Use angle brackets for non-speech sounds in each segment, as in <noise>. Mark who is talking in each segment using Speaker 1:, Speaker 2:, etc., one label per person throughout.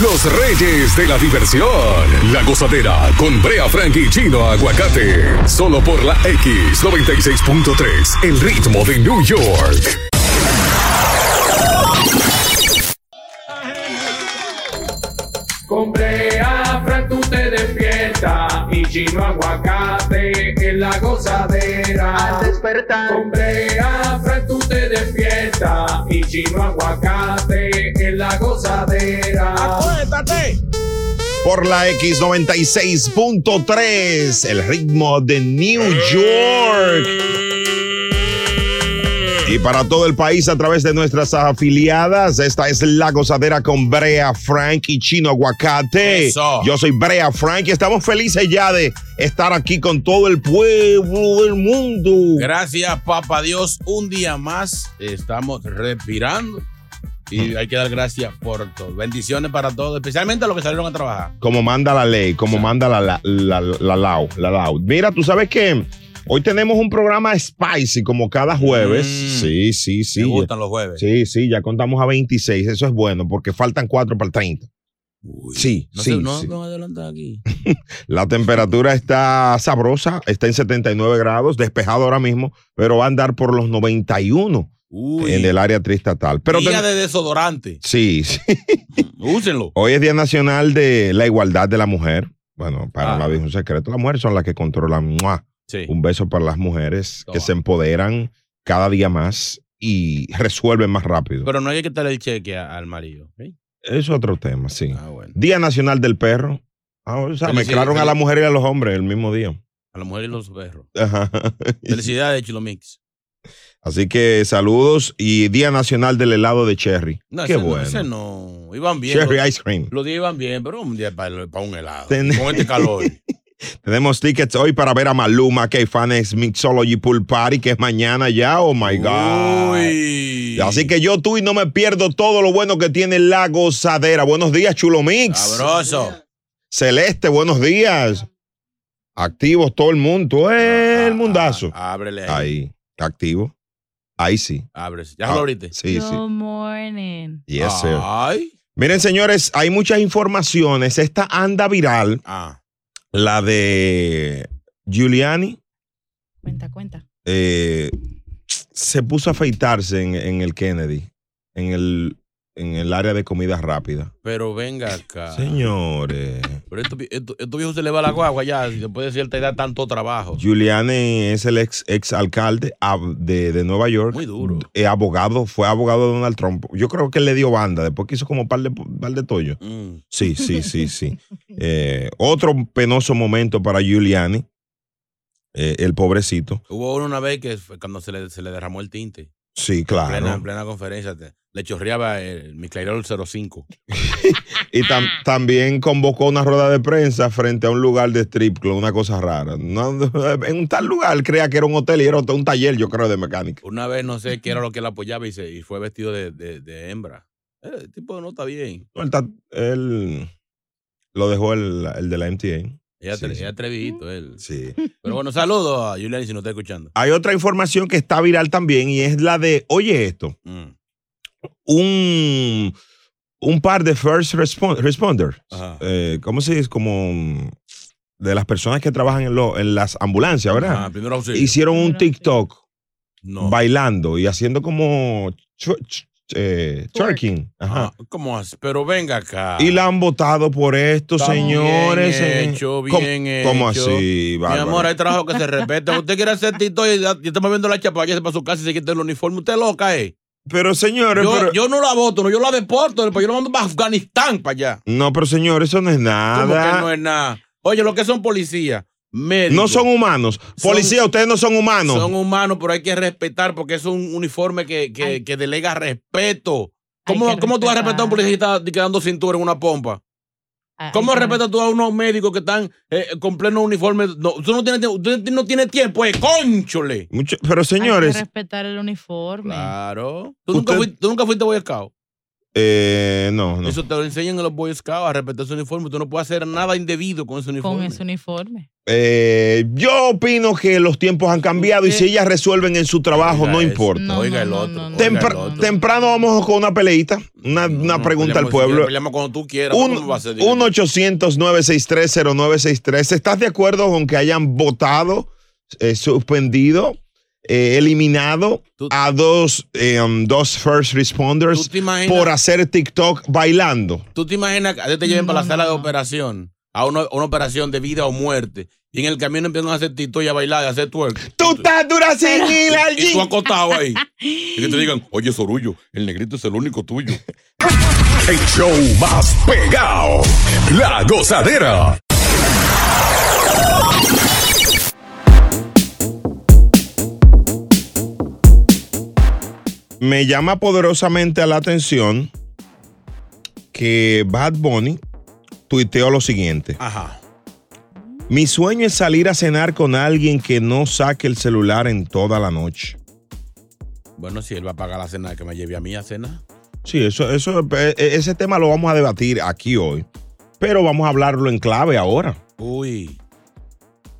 Speaker 1: Los reyes de la diversión. La gozadera con Brea Frank y Chino Aguacate. Solo por la X96.3. El ritmo de New York.
Speaker 2: Con Brea Frank tú te despiertas y Chino Aguacate en la gozadera.
Speaker 3: Al despertar.
Speaker 2: Con Brea Frank tú te despiertas y Chino Aguacate en la gozadera.
Speaker 4: Por la X96.3, el ritmo de New York. Y para todo el país a través de nuestras afiliadas, esta es La Gozadera con Brea Frank y Chino Aguacate.
Speaker 5: Eso.
Speaker 4: Yo soy Brea Frank y estamos felices ya de estar aquí con todo el pueblo del mundo.
Speaker 5: Gracias, papá Dios. Un día más estamos respirando.
Speaker 4: Mm.
Speaker 5: Y hay que dar gracias por todo. Bendiciones para todos, especialmente a los que salieron a trabajar.
Speaker 4: como manda la ley, como manda la, la, la, la LAU, la LAU. Mira, tú sabes que hoy tenemos un programa spicy como cada jueves.
Speaker 5: Mm.
Speaker 4: Sí, sí, sí.
Speaker 5: Me gustan los jueves.
Speaker 4: Sí, sí, ya contamos a 26. Eso es bueno porque faltan 4 para el 30.
Speaker 5: Uy.
Speaker 4: Sí,
Speaker 5: No
Speaker 4: sí,
Speaker 5: sé, no
Speaker 4: sí.
Speaker 5: no adelantan aquí.
Speaker 4: <laughs> La temperatura está sabrosa, está en 79 grados, despejado ahora mismo, pero va a andar por los 91
Speaker 5: Uy.
Speaker 4: en el área triestatal. Pero
Speaker 5: Día
Speaker 4: ten-
Speaker 5: de desodorante.
Speaker 4: Sí, sí.
Speaker 5: <laughs> Úsenlo.
Speaker 4: Hoy es Día Nacional de la Igualdad de la Mujer. Bueno, para
Speaker 5: Ah.
Speaker 4: nadie es un secreto. Las mujeres son las que controlan. ¡mua!
Speaker 5: Sí.
Speaker 4: Un beso para las mujeres que
Speaker 5: Toma.
Speaker 4: se empoderan cada día más y resuelven más rápido.
Speaker 5: Pero no hay que quitarle el cheque a- al marido. ¿ok?
Speaker 4: es otro tema, sí.
Speaker 5: Ah, bueno.
Speaker 4: Día Nacional del Perro. Ah, o sea,
Speaker 5: Felicidades,
Speaker 4: mezclaron a
Speaker 5: feliz-
Speaker 4: la mujer y a los hombres el mismo día.
Speaker 5: A la mujer y los perros.
Speaker 4: Ajá. <laughs>
Speaker 5: Felicidades, Chilomix.
Speaker 4: Así que saludos y Día Nacional del helado de cherry.
Speaker 5: No,
Speaker 4: Qué
Speaker 5: ese
Speaker 4: bueno.
Speaker 5: No, ese no. Iban bien.
Speaker 4: cherry
Speaker 5: los,
Speaker 4: ice cream.
Speaker 5: los días iban bien, pero un día para, para un helado.
Speaker 4: Ten-
Speaker 5: Con este
Speaker 4: <laughs>
Speaker 5: calor.
Speaker 4: Tenemos tickets hoy para ver a Maluma, K-Fanes, Mixology Pool Party, que es mañana ya. Oh my God.
Speaker 5: Uy.
Speaker 4: Así que yo, tú y no me pierdo todo lo bueno que tiene la gozadera. Buenos días, Chulo Mix.
Speaker 5: Sabroso.
Speaker 4: Celeste, buenos días. Activos todo el mundo, el
Speaker 5: Ah,
Speaker 4: mundazo.
Speaker 5: ah, ábrele ahí.
Speaker 4: Ahí, activo. Ahí sí.
Speaker 5: Ábrese. Ya lo
Speaker 4: Ah,
Speaker 5: abriste.
Speaker 4: Sí, sí.
Speaker 6: Good morning.
Speaker 4: Yes, sir.
Speaker 5: Ay.
Speaker 4: Miren, señores, hay muchas informaciones. Esta anda viral,
Speaker 5: Ah.
Speaker 4: la de Giuliani,
Speaker 6: Cuenta, cuenta.
Speaker 4: eh, se puso a afeitarse en, en el Kennedy, en el, en el área de comida rápida.
Speaker 5: Pero venga acá.
Speaker 4: Señores.
Speaker 5: Pero esto, esto, estos viejos se le va la guagua ya. si Después de cierta edad, tanto trabajo.
Speaker 4: Giuliani es el ex, ex alcalde de, de Nueva York.
Speaker 5: Muy duro.
Speaker 4: eh, abogado, fue abogado de Donald Trump. Yo creo que él le dio banda, después que hizo como par de, par de tollo.
Speaker 5: Mm. <laughs>
Speaker 4: Sí, sí, sí, sí. Eh, otro penoso momento para Giuliani, eh, el pobrecito.
Speaker 5: Hubo uno una vez que fue cuando se le, se le derramó el tinte.
Speaker 4: Sí,
Speaker 5: En plena, en
Speaker 4: claro.
Speaker 5: plena conferencia. te- le chorreaba el Miclairol 05.
Speaker 4: Y tam- también convocó una rueda de prensa frente a un lugar de strip club, una cosa rara. No, <laughs> en un tal lugar, crea que era un hotel y era un taller, yo creo, de mecánica.
Speaker 5: Una vez no sé qué era lo que él apoyaba y, se, y fue vestido de, de- de hembra. Eh, El tipo no está bien.
Speaker 4: No, Él, ta- él lo dejó el, el de la MTA.
Speaker 5: Ella
Speaker 4: Sí,
Speaker 5: atre-
Speaker 4: sí.
Speaker 5: ella atrevidito él.
Speaker 4: Sí.
Speaker 5: Pero bueno, saludos a Julián si no está escuchando.
Speaker 4: Hay otra información que está viral también y es la de, oye esto,
Speaker 5: Mm.
Speaker 4: un, un par de first respon- responders,
Speaker 5: Ajá.
Speaker 4: eh, ¿cómo se dice? Como mm, de las personas que trabajan en, lo- en las ambulancias, ¿verdad?
Speaker 5: Ah, primero auxilio.
Speaker 4: Hicieron un
Speaker 6: Primero, sí.
Speaker 4: TikTok
Speaker 5: No.
Speaker 4: bailando y haciendo como twer- ch- eh,
Speaker 6: Twerk.
Speaker 4: twerking. Ajá.
Speaker 5: Ah, ¿Cómo así? Pero venga acá.
Speaker 4: Y la han votado por esto,
Speaker 5: Está bien
Speaker 4: señores. eh.
Speaker 5: hecho,
Speaker 4: ¿Cómo-
Speaker 5: bien
Speaker 4: ¿Cómo,
Speaker 5: hecho.
Speaker 4: así,
Speaker 5: Mi
Speaker 4: bárbaro?
Speaker 5: amor, hay trabajo que se respeta. Usted quiere hacer tito y ya está moviendo la chapa, váyase para su casa y se quita el uniforme. Usted es loca, ¿eh?
Speaker 4: Pero señores,
Speaker 5: yo,
Speaker 4: pero-
Speaker 5: yo no la voto, no, yo la deporto, pero yo la mando para Afganistán, para allá.
Speaker 4: no, pero señores, eso no es nada.
Speaker 5: Como que no es nada. Oye, lo que son policías, médicos.
Speaker 4: No son humanos.
Speaker 5: Son-
Speaker 4: Policía, ustedes no son humanos.
Speaker 5: Son humanos, pero hay que respetar porque es un uniforme que, que,
Speaker 6: Ay.
Speaker 5: que delega respeto.
Speaker 6: Hay
Speaker 5: ¿Cómo,
Speaker 6: que
Speaker 5: ¿cómo tú vas a
Speaker 6: respetar.
Speaker 5: respetar a un policía que está quedando cintura en una pompa?
Speaker 6: Ah,
Speaker 5: ¿Cómo
Speaker 6: hay que
Speaker 5: respetas tú a unos médicos que están eh, con pleno uniforme? No, tú no tienes, tiempo- tú no tienes tiempo, eh, cónchole.
Speaker 4: Mucho- pero
Speaker 6: res- hay que
Speaker 4: señores,
Speaker 6: respetar el uniforme.
Speaker 5: Claro. ¿Tú nunca,
Speaker 4: Usted-
Speaker 5: fuiste, tú nunca fuiste Boy Scout.
Speaker 4: Eh, no, no.
Speaker 5: Eso te lo enseñan en los Boy Scouts a respetar su uniforme. Tú no puedes hacer nada indebido con ese uniforme.
Speaker 6: Con ese uniforme.
Speaker 4: Eh, yo opino que los tiempos han cambiado y
Speaker 5: Sí.
Speaker 4: si ellas resuelven en su trabajo,
Speaker 5: Oiga
Speaker 4: no
Speaker 5: eso.
Speaker 4: importa.
Speaker 6: No,
Speaker 5: Oiga
Speaker 6: no,
Speaker 5: el
Speaker 6: no,
Speaker 5: otro.
Speaker 6: no, no.
Speaker 5: oiga el
Speaker 4: Tempra-
Speaker 5: otro.
Speaker 4: temprano vamos con una peleita, una,
Speaker 5: No,
Speaker 4: una
Speaker 5: no,
Speaker 4: pregunta al
Speaker 5: peleamos si
Speaker 4: pueblo.
Speaker 5: quieres, Peleamos cuando tú quieras. ¿cómo va a ser?
Speaker 4: Un 800-963-0963. ¿Estás de acuerdo con que hayan votado, eh, suspendido, eh, eliminado
Speaker 5: Tú-
Speaker 4: a dos, eh, um, dos first
Speaker 5: ¿Tú
Speaker 4: responders
Speaker 5: te imaginas?
Speaker 4: por hacer TikTok bailando?
Speaker 5: ¿Tú te imaginas que a ti te lleven
Speaker 6: No,
Speaker 5: para la
Speaker 6: no,
Speaker 5: sala de
Speaker 6: no.
Speaker 5: operación? A una, una operación de vida o muerte. Y en el camino empiezan a hacer tito y a bailar, a hacer twerk.
Speaker 4: Tú estás dura sin ir al
Speaker 5: Y tú
Speaker 4: gym.
Speaker 5: acostado ahí. Y que te digan, oye, Sorullo, el negrito es el único tuyo.
Speaker 1: <laughs> El show más pegado. La gozadera.
Speaker 4: <laughs> Me llama poderosamente la atención que Bad Bunny tuiteó lo siguiente.
Speaker 5: Ajá.
Speaker 4: Mi sueño es salir a cenar con alguien que no saque el celular en toda la noche.
Speaker 5: Bueno, si él va a pagar la cena, que me lleve a mí a cena.
Speaker 4: Sí, eso, eso, e- e- ese tema lo vamos a debatir aquí hoy, pero vamos a hablarlo en clave ahora.
Speaker 5: Uy.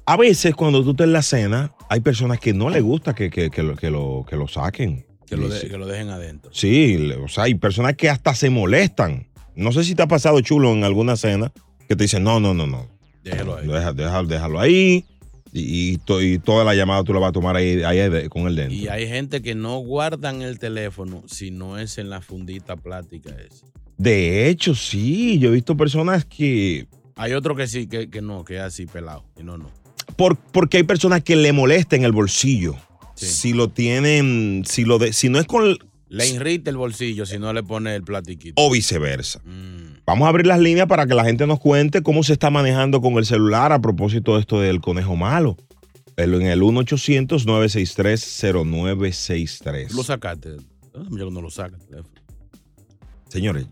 Speaker 4: A veces cuando tú estás en la cena, hay personas que no les gusta que, que- que lo, que, lo, que lo saquen.
Speaker 5: Que lo, de-
Speaker 4: Sí,
Speaker 5: que lo dejen adentro.
Speaker 4: Sí, le- o sea, hay personas que hasta se molestan. No sé si te ha pasado chulo en alguna cena que te dicen, no, no, no, no,
Speaker 5: Déjelo ahí.
Speaker 4: deja- deja- déjalo ahí y, y to- y toda la llamada tú la vas a tomar ahí, ahí de- con el dentro.
Speaker 5: Y hay gente que no guardan el teléfono si no es en la fundita plática esa.
Speaker 4: De hecho, sí, yo he visto personas que.
Speaker 5: Hay otro que sí, que, que no, que es así pelado. Y no, no.
Speaker 4: por- porque hay personas que le molestan el bolsillo.
Speaker 5: Sí.
Speaker 4: Si lo tienen, si lo de- si no es con
Speaker 5: Le irrita el bolsillo si no le pone el platiquito.
Speaker 4: o viceversa.
Speaker 5: Mm.
Speaker 4: Vamos a abrir las líneas para que la gente nos cuente cómo se está manejando con el celular a propósito de esto del conejo malo. El- En el 1-800-963-0963.
Speaker 5: Tú lo sacaste. Ah, Yo no lo saco. el teléfono.
Speaker 4: Señores,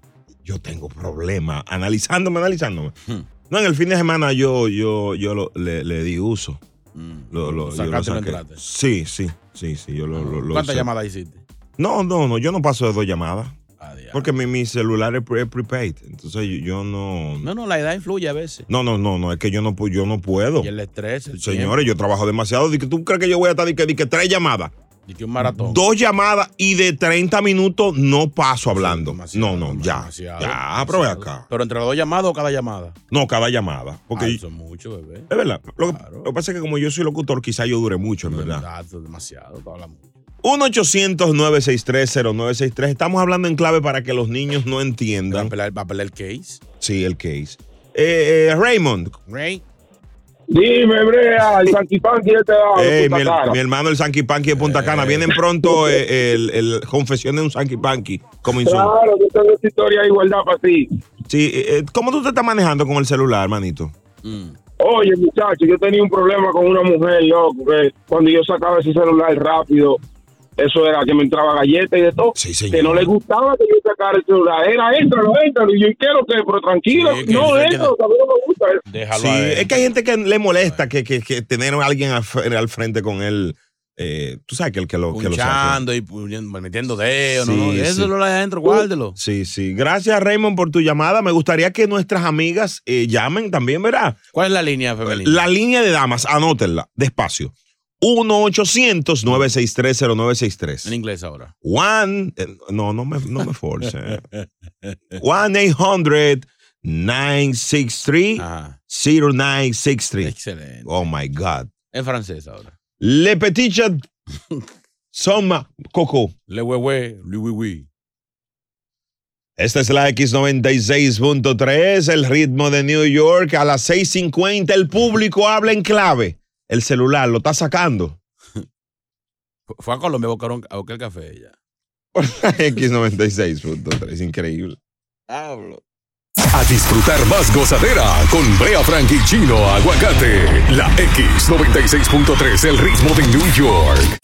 Speaker 4: yo tengo problemas analizándome, analizándome.
Speaker 5: Hmm.
Speaker 4: No, en el fin de semana yo, yo, yo lo- le- le di uso.
Speaker 5: Mm.
Speaker 4: Lo, lo-
Speaker 5: Lo
Speaker 4: yo
Speaker 5: sacaste y lo
Speaker 4: saqué.
Speaker 5: entraste. Ah,
Speaker 4: Sí, sí, sí, sí, yo lo, lo- lo
Speaker 5: ¿Cuántas
Speaker 4: usé.
Speaker 5: llamadas hiciste?
Speaker 4: No, no, no, yo no paso de dos llamadas.
Speaker 5: Ah, diablo.
Speaker 4: Porque mi, mi celular es pre- prepaid. Entonces yo, yo no, no.
Speaker 5: No, no, la edad influye a veces.
Speaker 4: No, no, no, es que yo no, pu- yo no puedo.
Speaker 5: Y el estrés, el
Speaker 4: Señores, yo trabajo demasiado. Di que ¿Tú crees que yo voy a estar di que, di que tres llamadas?
Speaker 5: tiempo. Y que un maratón.
Speaker 4: Dos llamadas y de 30 minutos no paso hablando.
Speaker 5: Demasiado,
Speaker 4: no, no, ya.
Speaker 5: demasiado,
Speaker 4: ya,
Speaker 5: demasiado.
Speaker 4: Ah, pero ve acá.
Speaker 5: Pero entre las dos llamadas o cada llamada.
Speaker 4: No, cada llamada. Porque
Speaker 5: Ah, eso es mucho, bebé.
Speaker 4: es verdad. Lo, que-
Speaker 5: Claro.
Speaker 4: lo que pasa es que como yo soy locutor, quizá yo dure mucho, en verdad.
Speaker 5: Ah, eso es demasiado, tú hablas mucho.
Speaker 4: 1-800-963-0963. Estamos hablando en clave para que los niños no
Speaker 5: Va a
Speaker 4: entiendan.
Speaker 5: pelear- va a pelear el case.
Speaker 4: Sí, el case. Eh, eh, Raymond,
Speaker 5: Ray.
Speaker 2: Dime, Brea, el Sanky Panky este lado de
Speaker 4: eh,
Speaker 2: Punta
Speaker 4: mi,
Speaker 2: Cana.
Speaker 4: mi hermano el Sanky Panky de Punta Cana. Vienen
Speaker 2: <laughs>
Speaker 4: pronto eh, el, el confesión de un Sanky Panky como insumo.
Speaker 2: Claro, yo tengo esta historia de igualdad para ti.
Speaker 4: Sí, eh, eh, ¿Cómo tú te estás manejando con el celular, hermanito?
Speaker 5: Mm.
Speaker 2: Oye, muchacho, yo tenía un problema con una mujer, loco, que cuando yo sacaba ese celular rápido, eso era que me entraba galleta y de todo.
Speaker 4: Sí, señor.
Speaker 2: Que no le gustaba que yo sacara el celular. Era, éntralo, éntralo. Y yo quiero que, pero tranquilo.
Speaker 5: Sí, que
Speaker 2: no,
Speaker 5: dice que
Speaker 2: éntralo,
Speaker 5: no.
Speaker 2: que a mí no me gusta.
Speaker 5: Déjalo
Speaker 4: Sí,
Speaker 5: adentro.
Speaker 4: es que hay gente que le molesta que, que- que tener a alguien al, fre- al frente con él. eh, tú sabes que el que lo, que lo saca.
Speaker 5: Punchando y pu- metiendo dedos.
Speaker 4: Sí,
Speaker 5: no, no. Eso
Speaker 4: sí.
Speaker 5: lo de adentro, guárdelo.
Speaker 4: Sí, sí. Gracias, Raymond, por tu llamada. Me gustaría que nuestras amigas eh, llamen también, ¿verdad?
Speaker 5: ¿Cuál es la línea femenina?
Speaker 4: La línea de damas, anótenla, despacio. 1-800-963-0963.
Speaker 5: En inglés ahora.
Speaker 4: One, eh, no, no me, no me
Speaker 5: <laughs>
Speaker 4: force. eh. One 800 963
Speaker 5: Ajá.
Speaker 4: 0963.
Speaker 5: Excelente.
Speaker 4: Oh my God.
Speaker 5: En francés ahora.
Speaker 4: Le petit chat. Soma Coco.
Speaker 5: Le huehue, le huihui.
Speaker 4: Esta es la X96.3, el ritmo de New York. A las 6.50 el público habla en clave. El celular lo está sacando. <laughs>
Speaker 5: Fu- Fue a Colombia a buscar, un- a buscar el café ella.
Speaker 4: X96.3, increíble.
Speaker 5: Hablo.
Speaker 1: A disfrutar más gozadera con Brea Frank y Chino Aguacate. La X96.3, el ritmo de New York.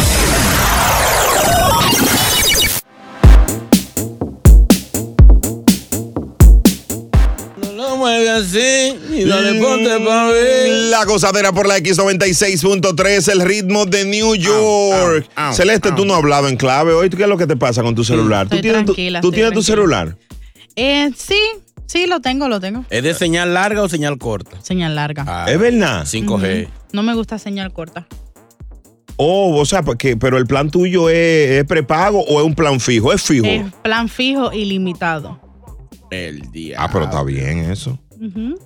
Speaker 5: No lo mueve así y dale ponte pa' ver.
Speaker 4: Mm, La gozadera por la X96.3, el ritmo de New York.
Speaker 5: au, au,
Speaker 4: Celeste, tú
Speaker 5: au.
Speaker 4: no has hablado en clave hoy. ¿Qué es lo que te pasa con tu celular? ¿Tú
Speaker 6: Estoy
Speaker 4: tienes, tu,
Speaker 6: tranquila,
Speaker 4: tú
Speaker 6: estoy
Speaker 4: tienes tu
Speaker 6: tranquila.
Speaker 4: celular?
Speaker 6: Eh, sí, sí, lo tengo, lo tengo.
Speaker 5: ¿Es de señal larga o señal corta?
Speaker 6: Señal larga.
Speaker 5: Ah,
Speaker 4: ¿Es verdad?
Speaker 5: 5G.
Speaker 6: Ujú. No me gusta señal corta.
Speaker 4: Oh, o sea, porque, pero el plan tuyo es, es prepago o es un plan fijo, es fijo.
Speaker 6: Es plan fijo ilimitado.
Speaker 5: El día.
Speaker 4: ah, pero está bien eso.
Speaker 6: Ujú.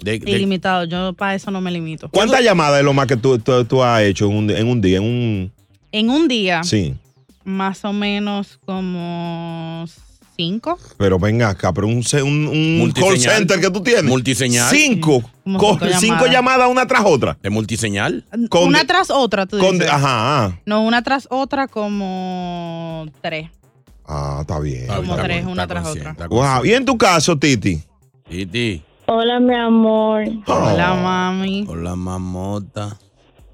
Speaker 5: De- de-
Speaker 6: Ilimitado, yo para eso no me limito.
Speaker 4: ¿Cuántas llamadas es lo más que tú, tú- tú has hecho en un, en un día? En un,
Speaker 6: En un día,
Speaker 4: Sí.
Speaker 6: más o menos como cinco.
Speaker 4: Pero venga acá, pero un, ce- un, un call
Speaker 5: Multiseñal.
Speaker 4: center que tú tienes.
Speaker 5: Multiseñal.
Speaker 4: Cinco.
Speaker 6: Como
Speaker 4: Co-
Speaker 6: cinco llamadas.
Speaker 4: cinco llamadas una tras otra.
Speaker 5: ¿Es multiseñal?
Speaker 4: Con-
Speaker 6: una tras otra, tú
Speaker 4: Con-
Speaker 6: dices.
Speaker 4: ajá. ajá.
Speaker 6: No, una tras otra como tres.
Speaker 4: Ah, está bien.
Speaker 5: Está bien, está
Speaker 6: tres,
Speaker 5: bien,
Speaker 6: una
Speaker 5: está
Speaker 6: tras
Speaker 5: consciente,
Speaker 6: otra.
Speaker 5: está
Speaker 4: Wow.
Speaker 5: consciente.
Speaker 4: Y en tu caso, Titi.
Speaker 5: Y ti.
Speaker 3: Hola, mi amor.
Speaker 6: Hola,
Speaker 4: Oh,
Speaker 6: mami.
Speaker 5: Hola, mamota.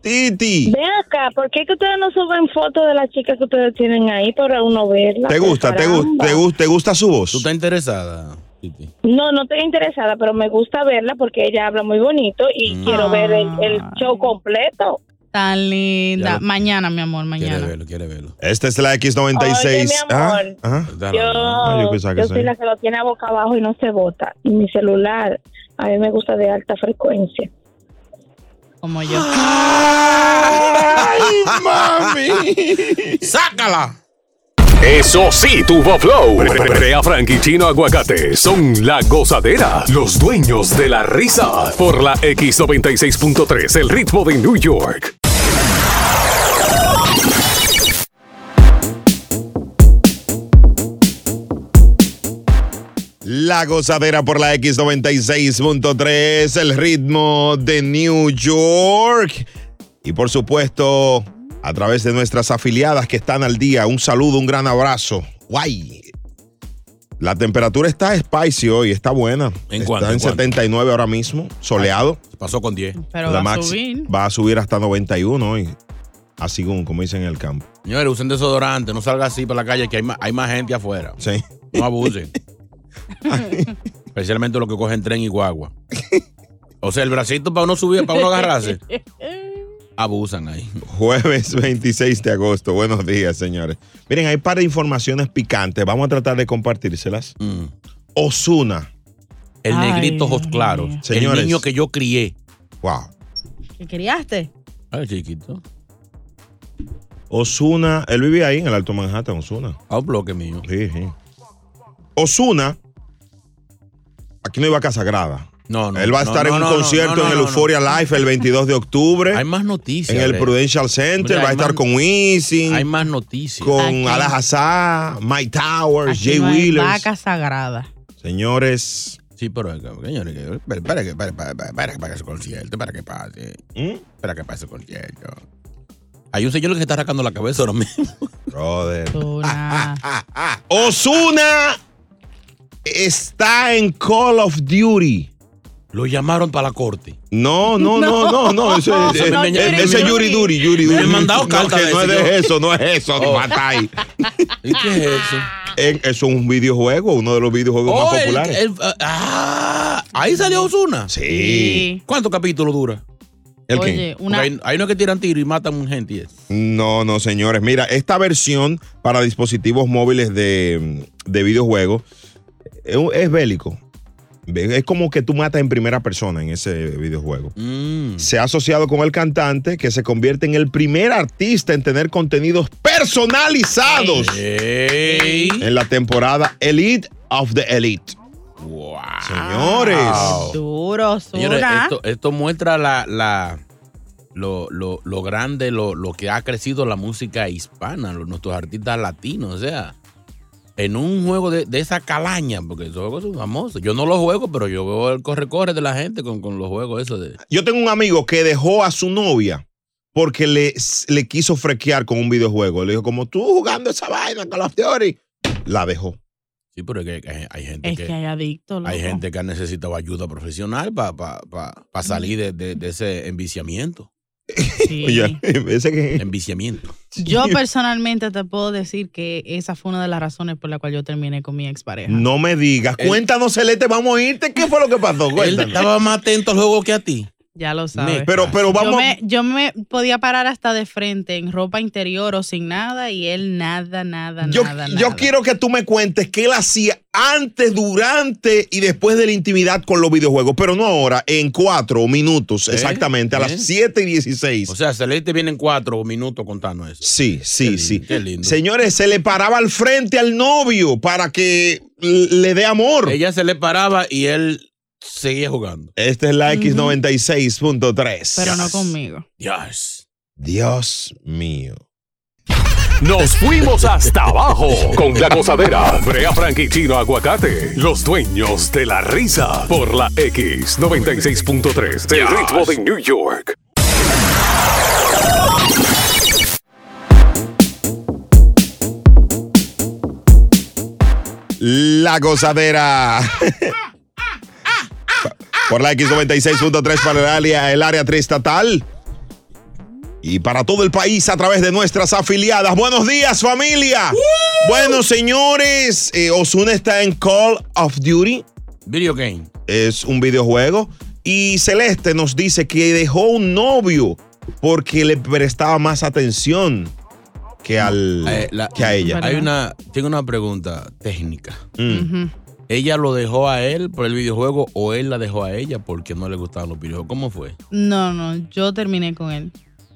Speaker 4: Titi.
Speaker 3: Ven acá, ¿por qué que ustedes no suben fotos de las chicas que ustedes tienen ahí para uno verlas? Pues,
Speaker 4: ¿Te gusta, te, gu-
Speaker 3: Caramba.
Speaker 4: te, gu- te gusta su voz?
Speaker 5: ¿Tú estás interesada? Titi?
Speaker 3: No, no estoy interesada, pero me gusta verla porque ella habla muy bonito
Speaker 6: Ah.
Speaker 3: y
Speaker 5: Mm.
Speaker 3: quiero ver el, el
Speaker 6: Ay.
Speaker 3: show completo.
Speaker 6: Tan
Speaker 5: Ya
Speaker 6: linda.
Speaker 5: lo-
Speaker 6: Mañana, mi amor,
Speaker 5: Quiere
Speaker 6: mañana.
Speaker 5: verlo, quiere verlo.
Speaker 4: Esta es la X96.
Speaker 3: Oye, mi amor.
Speaker 4: Ah, ajá.
Speaker 5: Está
Speaker 3: Yo,
Speaker 5: raro.
Speaker 4: yo pensaba que
Speaker 3: yo
Speaker 4: sí.
Speaker 3: soy la que lo tiene a boca abajo y no se bota. Y mi celular, a mí me gusta de alta frecuencia.
Speaker 6: Como yo.
Speaker 5: <laughs>
Speaker 4: ¡Ay, mami!
Speaker 5: ¡Sácala!
Speaker 1: Eso sí, tuvo flow. Brea Frank y Chino Aguacate son la gozadera, los dueños de la risa. Por la X96.3, el ritmo de New York.
Speaker 4: La gozadera por la X96.3, el ritmo de New York. Y por supuesto, a través de nuestras afiliadas que están al día, un saludo, un gran abrazo. Guay. La temperatura está spicy hoy, está buena.
Speaker 5: ¿En
Speaker 4: está
Speaker 5: cuánto,
Speaker 4: en
Speaker 5: en cuánto?
Speaker 4: 79 ahora mismo, soleado.
Speaker 5: Pasó con 10.
Speaker 6: Pero
Speaker 4: La
Speaker 6: va a
Speaker 4: maxi-
Speaker 6: subir.
Speaker 4: va a subir hasta 91 hoy. Así como, como dicen en el campo.
Speaker 5: Señores, usen desodorante, no salga así para la calle que hay más, hay más gente afuera.
Speaker 4: Sí.
Speaker 5: No
Speaker 4: <laughs>
Speaker 5: abusen. Especialmente los que cogen tren y guagua. O sea, el bracito para uno subir, para uno agarrarse. Abusan ahí.
Speaker 4: Jueves <laughs> 26 de agosto. Buenos días, señores. Miren, hay par de informaciones picantes. Vamos a tratar de compartírselas.
Speaker 5: Mm.
Speaker 4: Osuna.
Speaker 5: El
Speaker 6: Ay,
Speaker 5: negrito ojos
Speaker 6: Dios
Speaker 5: claros.
Speaker 6: mío.
Speaker 5: El
Speaker 4: Señores.
Speaker 5: niño que yo crié.
Speaker 4: Wow.
Speaker 6: ¿Qué criaste?
Speaker 5: Ay, chiquito.
Speaker 4: Osuna. Él vivía ahí en el Alto Manhattan, Osuna.
Speaker 5: A un bloque mío.
Speaker 4: Sí, sí. Osuna. Aquí no iba a Casa Grada.
Speaker 5: No, no.
Speaker 4: Él va a
Speaker 5: no,
Speaker 4: estar
Speaker 5: no,
Speaker 4: en un
Speaker 5: no, no,
Speaker 4: concierto
Speaker 5: no, no,
Speaker 4: en el
Speaker 5: no.
Speaker 4: Euphoria Live el 22 de octubre.
Speaker 5: Hay más noticias.
Speaker 4: en el
Speaker 5: Brea.
Speaker 4: Prudential Center.
Speaker 5: Mira,
Speaker 4: va a
Speaker 5: hay
Speaker 4: estar
Speaker 5: más-
Speaker 4: con Wisin,
Speaker 5: Hay más noticias.
Speaker 4: con
Speaker 6: Aquí-
Speaker 4: Alajazá, Mike Towers,
Speaker 6: Aquí
Speaker 4: Jay
Speaker 6: no hay
Speaker 4: Wheelers.
Speaker 6: Vaca sagrada.
Speaker 4: Señores.
Speaker 5: Sí, pero eh, señores, que- pero espera que para, para, para, para que pase el concierto, para que pase,
Speaker 4: ¿Mm?
Speaker 5: para que pase el concierto. Hay un señor que se está arrancando la cabeza ahora mismo.
Speaker 4: Brother.
Speaker 6: Una-
Speaker 4: <laughs> Osuna está en Call of Duty.
Speaker 5: Lo llamaron para la corte.
Speaker 4: No, no, no, no, no. Ese,
Speaker 5: <laughs>
Speaker 4: ese-
Speaker 5: no,
Speaker 4: ese-
Speaker 5: Yuri,
Speaker 4: ese es Yuri
Speaker 5: Yuri.
Speaker 4: Duri, Yuri
Speaker 5: Me
Speaker 4: Duri.
Speaker 5: han mandado cartas
Speaker 4: <laughs> No, que
Speaker 5: de
Speaker 4: no
Speaker 5: ese,
Speaker 4: es
Speaker 5: Oh,
Speaker 4: de
Speaker 5: yo.
Speaker 4: eso, no es eso. no, mata ahí.
Speaker 5: ¿Y qué es eso?
Speaker 4: En- Eso es un videojuego, uno de los videojuegos
Speaker 5: Oh,
Speaker 4: más
Speaker 5: el-
Speaker 4: populares.
Speaker 5: el- ah, ahí salió Osuna.
Speaker 4: Sí.
Speaker 5: ¿Cuántos capítulos dura?
Speaker 4: ¿El qué?
Speaker 6: Oye, una,
Speaker 5: Porque Hay, hay unos que tiran tiro y matan un gente. y eso.
Speaker 4: No, no, señores. Mira, esta versión para dispositivos móviles de, de videojuegos es, es bélico. Es como que tú matas en primera persona en ese videojuego.
Speaker 5: Mm.
Speaker 4: se ha asociado con el cantante que se convierte en el primer artista en tener contenidos personalizados
Speaker 5: Ey.
Speaker 4: Ah, en la temporada Elite of the Elite.
Speaker 5: Wow.
Speaker 4: Señores.
Speaker 6: Duro,
Speaker 5: Señores,
Speaker 6: Osuna.
Speaker 5: esto, esto muestra la, la- lo, lo- lo grande, lo, lo que ha crecido la música hispana, lo- nuestros artistas latinos. O sea, en un juego de, de esa calaña, porque esos juegos son famosos. Yo no los juego, pero yo veo el corre-corre de la gente con, con los juegos esos de.
Speaker 4: Yo tengo un amigo que dejó a su novia porque le, le quiso frequear con un videojuego. Le dijo, como tú jugando esa vaina, Call of Duty. La dejó.
Speaker 5: Sí, pero es que hay, hay gente
Speaker 6: Es que hay adictos, loco.
Speaker 5: Hay gente que ha necesitado ayuda profesional para salir de, de- de ese enviciamiento.
Speaker 6: Sí.
Speaker 4: Oye, <laughs> ese que...
Speaker 5: Enviciamiento.
Speaker 6: Yo personalmente te puedo decir que esa fue una de las razones por la cual yo terminé con mi expareja.
Speaker 4: No me digas.
Speaker 5: El-
Speaker 4: Cuéntanos, Celeste, vamos a irte. ¿Qué fue lo que pasó?
Speaker 5: Él
Speaker 4: Cuéntanos.
Speaker 5: estaba más atento al juego que a ti.
Speaker 6: Ya lo sabes.
Speaker 5: Me-
Speaker 4: Pero, pero
Speaker 6: yo,
Speaker 4: vamos.
Speaker 6: me, yo me podía parar hasta de frente en ropa interior o sin nada y él nada, nada,
Speaker 4: Yo,
Speaker 6: nada.
Speaker 4: yo
Speaker 6: nada.
Speaker 4: quiero que tú me cuentes qué él hacía antes, durante y después de la intimidad con los videojuegos, pero no ahora, en cuatro minutos
Speaker 5: ¿Eh?
Speaker 4: <laughs> exactamente, a
Speaker 5: ¿Eh?
Speaker 4: las 7 y 16.
Speaker 5: O sea, Celeste viene en cuatro minutos contando eso.
Speaker 4: sí, sí,
Speaker 5: lindo,
Speaker 4: sí.
Speaker 5: qué lindo.
Speaker 4: Señores, se le paraba al frente al novio para que l- le dé amor.
Speaker 5: Ella se le paraba y él seguía jugando.
Speaker 4: Esta es la
Speaker 6: Ujú.
Speaker 4: X96.3.
Speaker 6: Pero no conmigo.
Speaker 5: Yes.
Speaker 4: Dios mío.
Speaker 1: Nos fuimos hasta abajo con la gozadera. Brea Frank y Chino Aguacate, los dueños de la risa por la X96.3 del
Speaker 7: Ah,
Speaker 1: ritmo de New York.
Speaker 4: La gozadera. Por la X96.3 para el área, el área triestatal. Y para todo el país a través de nuestras afiliadas. Buenos días, familia. Bueno, señores, eh, Ozuna está en Call of Duty.
Speaker 5: Video game.
Speaker 4: Es un videojuego. Y Celeste nos dice que dejó un novio porque le prestaba más atención que, al,
Speaker 5: Eh, la-
Speaker 4: que a ella.
Speaker 6: ¿Verdad?
Speaker 5: Hay una, tengo una pregunta técnica.
Speaker 4: Mm.
Speaker 6: Ujú.
Speaker 5: ¿Ella lo dejó a él por el videojuego o él la dejó a ella porque no le gustaban los videojuegos? ¿Cómo fue?
Speaker 6: No, no, yo terminé con él.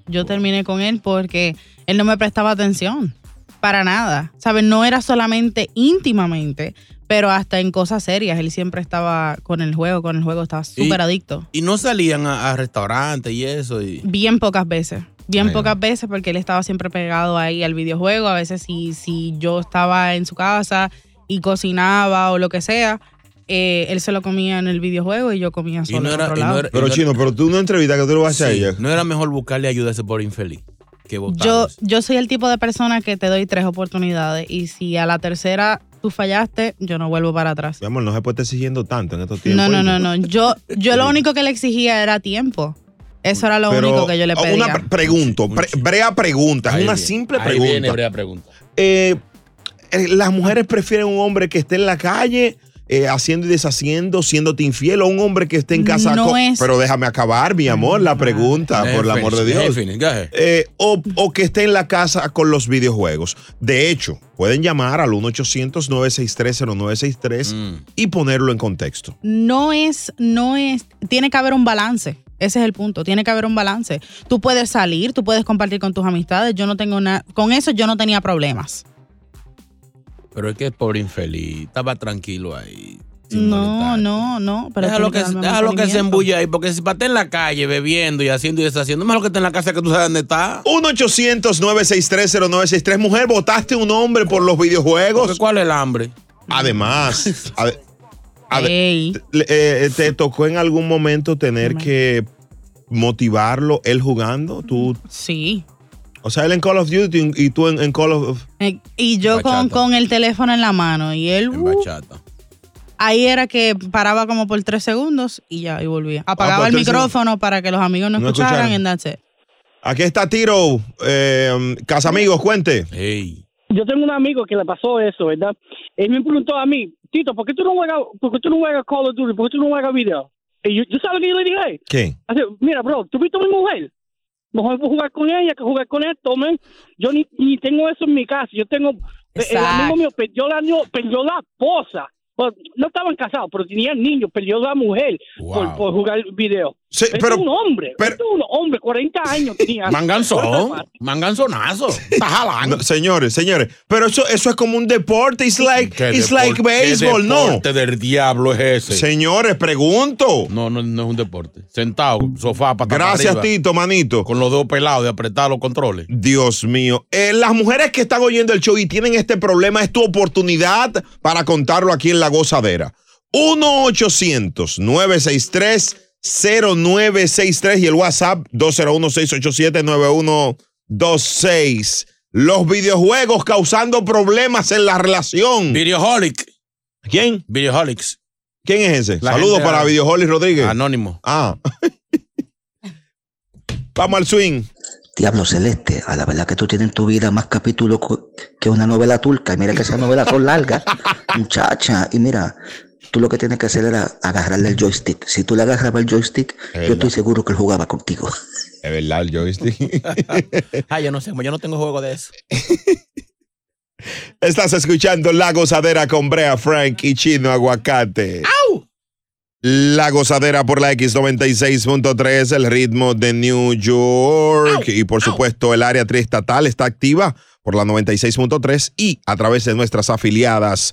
Speaker 6: Yo terminé con él porque él no me prestaba atención. Para nada. ¿Sabes? No era solamente íntimamente, pero hasta en cosas serias. Él siempre estaba con el juego, con el juego, estaba súper adicto.
Speaker 5: Y no salían a, a restaurantes y eso. Y,
Speaker 6: Bien pocas veces. Bien
Speaker 5: Ay,
Speaker 6: pocas veces porque él estaba siempre pegado ahí al videojuego. A veces si, si yo estaba en su casa y cocinaba o lo que sea, eh, él se lo comía en el videojuego y yo comía
Speaker 5: y
Speaker 6: solo
Speaker 5: no
Speaker 6: en
Speaker 5: era,
Speaker 6: otro
Speaker 5: y no
Speaker 6: lado.
Speaker 5: era- y
Speaker 4: Pero
Speaker 5: no-
Speaker 4: chino, pero tú no entrevistas que tú lo vas a
Speaker 5: sí,
Speaker 4: ella.
Speaker 5: no era mejor buscarle ayuda a ese pobre infeliz que
Speaker 6: Yo,
Speaker 5: votarlos.
Speaker 6: yo soy el tipo de persona que te doy tres oportunidades y si a la tercera tú fallaste, yo no vuelvo para atrás.
Speaker 4: Mi amor, no se puede estar exigiendo tanto en estos tiempos.
Speaker 6: No, no, no,
Speaker 4: ¿eh?
Speaker 6: no. Yo, yo lo único que le exigía era tiempo. Eso era lo
Speaker 4: Pero
Speaker 6: único que yo le pedía.
Speaker 4: Una pre- pregunto, pre- brea pregunta,
Speaker 5: Ahí
Speaker 4: una
Speaker 5: viene,
Speaker 4: simple
Speaker 5: ahí
Speaker 4: pregunta.
Speaker 5: viene Brea pregunta.
Speaker 4: Eh, eh, ¿Las mujeres prefieren un hombre que esté en la calle eh, haciendo y deshaciendo, siéndote infiel, o un hombre que esté en casa?
Speaker 6: No
Speaker 4: con-
Speaker 6: es-
Speaker 4: Pero déjame acabar, mi amor, la pregunta, por el amor de Dios. Eh, o, o que esté en la casa con los videojuegos. De hecho, pueden llamar al 1-800-963-0963
Speaker 5: Mm.
Speaker 4: y ponerlo en contexto.
Speaker 6: no es, no es, tiene que haber un balance. Ese es el punto, tiene que haber un balance. Tú puedes salir, tú puedes compartir con tus amistades. Yo no tengo nada, con eso yo no tenía problemas.
Speaker 5: Pero es que es pobre infeliz. Estaba tranquilo ahí. sin
Speaker 6: No,
Speaker 5: molestar.
Speaker 6: no, no. Pero
Speaker 5: déjalo
Speaker 6: tiene
Speaker 5: que,
Speaker 6: darme
Speaker 5: déjalo que se
Speaker 6: mantenimiento.
Speaker 5: embulle ahí, porque si para estar en la calle bebiendo y haciendo y deshaciendo, mejor que esté en la casa que tú sabes dónde está.
Speaker 4: 1-800-963-0963. Mujer, votaste un hombre por los
Speaker 5: Porque
Speaker 4: videojuegos.
Speaker 5: ¿Cuál es el hambre? <laughs>
Speaker 4: Además, ade- ade-
Speaker 6: Ey.
Speaker 4: le- eh, ¿te tocó en algún momento tener que motivarlo él jugando? Tú,
Speaker 6: Sí.
Speaker 4: o sea, él en Call of Duty y tú en, en Call of...
Speaker 6: Eh, Y yo con,
Speaker 5: Bachata.
Speaker 6: con el teléfono en la mano y él
Speaker 5: En
Speaker 6: uh,
Speaker 5: bachata.
Speaker 6: ahí era que paraba como por tres segundos y ya y volvía. Apagaba
Speaker 4: por
Speaker 6: el
Speaker 4: tres
Speaker 6: micrófono para que los amigos no,
Speaker 4: No
Speaker 6: escucharan.
Speaker 4: escucharan.
Speaker 6: and that's it.
Speaker 4: Aquí está Tiro. Eh, Casamigos, cuente. <laughs>
Speaker 5: Ey.
Speaker 8: yo tengo un amigo que le pasó eso, ¿verdad? Él me preguntó a mí, Tito, ¿por qué tú no juegas, por qué tú no juegas Call of Duty? ¿Por qué tú no juegas video? Y yo, ¿yo sabes que yo le dije?
Speaker 4: ¿Quién?
Speaker 8: Así, mira, bro, ¿tú viste a mi mujer? Mejor voy a jugar con ella que jugar con él, tomen. Yo ni, ni tengo eso en mi casa. Yo tengo... eh, El
Speaker 6: Exacto.
Speaker 8: amigo mío perdió la, niño- perdió la esposa. Bueno, no estaban casados, pero tenían niños. Perdió la mujer
Speaker 5: Wow.
Speaker 8: por, por jugar video.
Speaker 4: Sí,
Speaker 8: Este
Speaker 4: pero-
Speaker 8: es un hombre.
Speaker 4: pero-
Speaker 8: este es un hombre. 40 años tenía.
Speaker 5: Manganzón. Manganzonazo. Está jalando.
Speaker 4: No, señores, señores. Pero eso, eso es como un deporte. It's like,
Speaker 5: ¿Qué
Speaker 4: it's
Speaker 5: depor-
Speaker 4: like
Speaker 5: qué
Speaker 4: baseball, ¿no?
Speaker 5: deporte del diablo es ese?
Speaker 4: Señores, pregunto.
Speaker 5: No, no, no es un deporte. Sentado, sofá, para
Speaker 4: Gracias, Tito, manito.
Speaker 5: Con los dos pelados de apretar los controles.
Speaker 4: Dios mío. Eh, las mujeres que están oyendo el show y tienen este problema, es tu oportunidad para contarlo aquí en La Gozadera. 1-800-963-0963 y el WhatsApp 201-687-9126. Los videojuegos causando problemas en la relación.
Speaker 5: Videoholic.
Speaker 4: ¿Quién?
Speaker 5: Videoholics.
Speaker 4: ¿Quién es ese?
Speaker 5: La
Speaker 4: Saludos
Speaker 5: gente-
Speaker 4: <laughs> para Videojolis Rodríguez.
Speaker 5: Anónimo.
Speaker 4: Ah. Vamos al swing.
Speaker 9: Diablo Celeste, a la verdad que tú tienes en tu vida más capítulos co- que una novela turca. Y mira que esas novelas son
Speaker 5: <laughs>
Speaker 9: largas, muchacha. Y mira, tú lo que tienes que hacer era agarrarle el joystick. Si tú le agarrabas el joystick, yo estoy seguro que él jugaba contigo.
Speaker 4: Es verdad, el joystick.
Speaker 5: Ah, yo no sé, yo no tengo juego de eso.
Speaker 4: Estás escuchando La Gozadera con Brea Frank y Chino Aguacate. La Gozadera por la X96.3, el ritmo de New York. Y por supuesto, el área triestatal está activa por la 96.3 y a través de nuestras afiliadas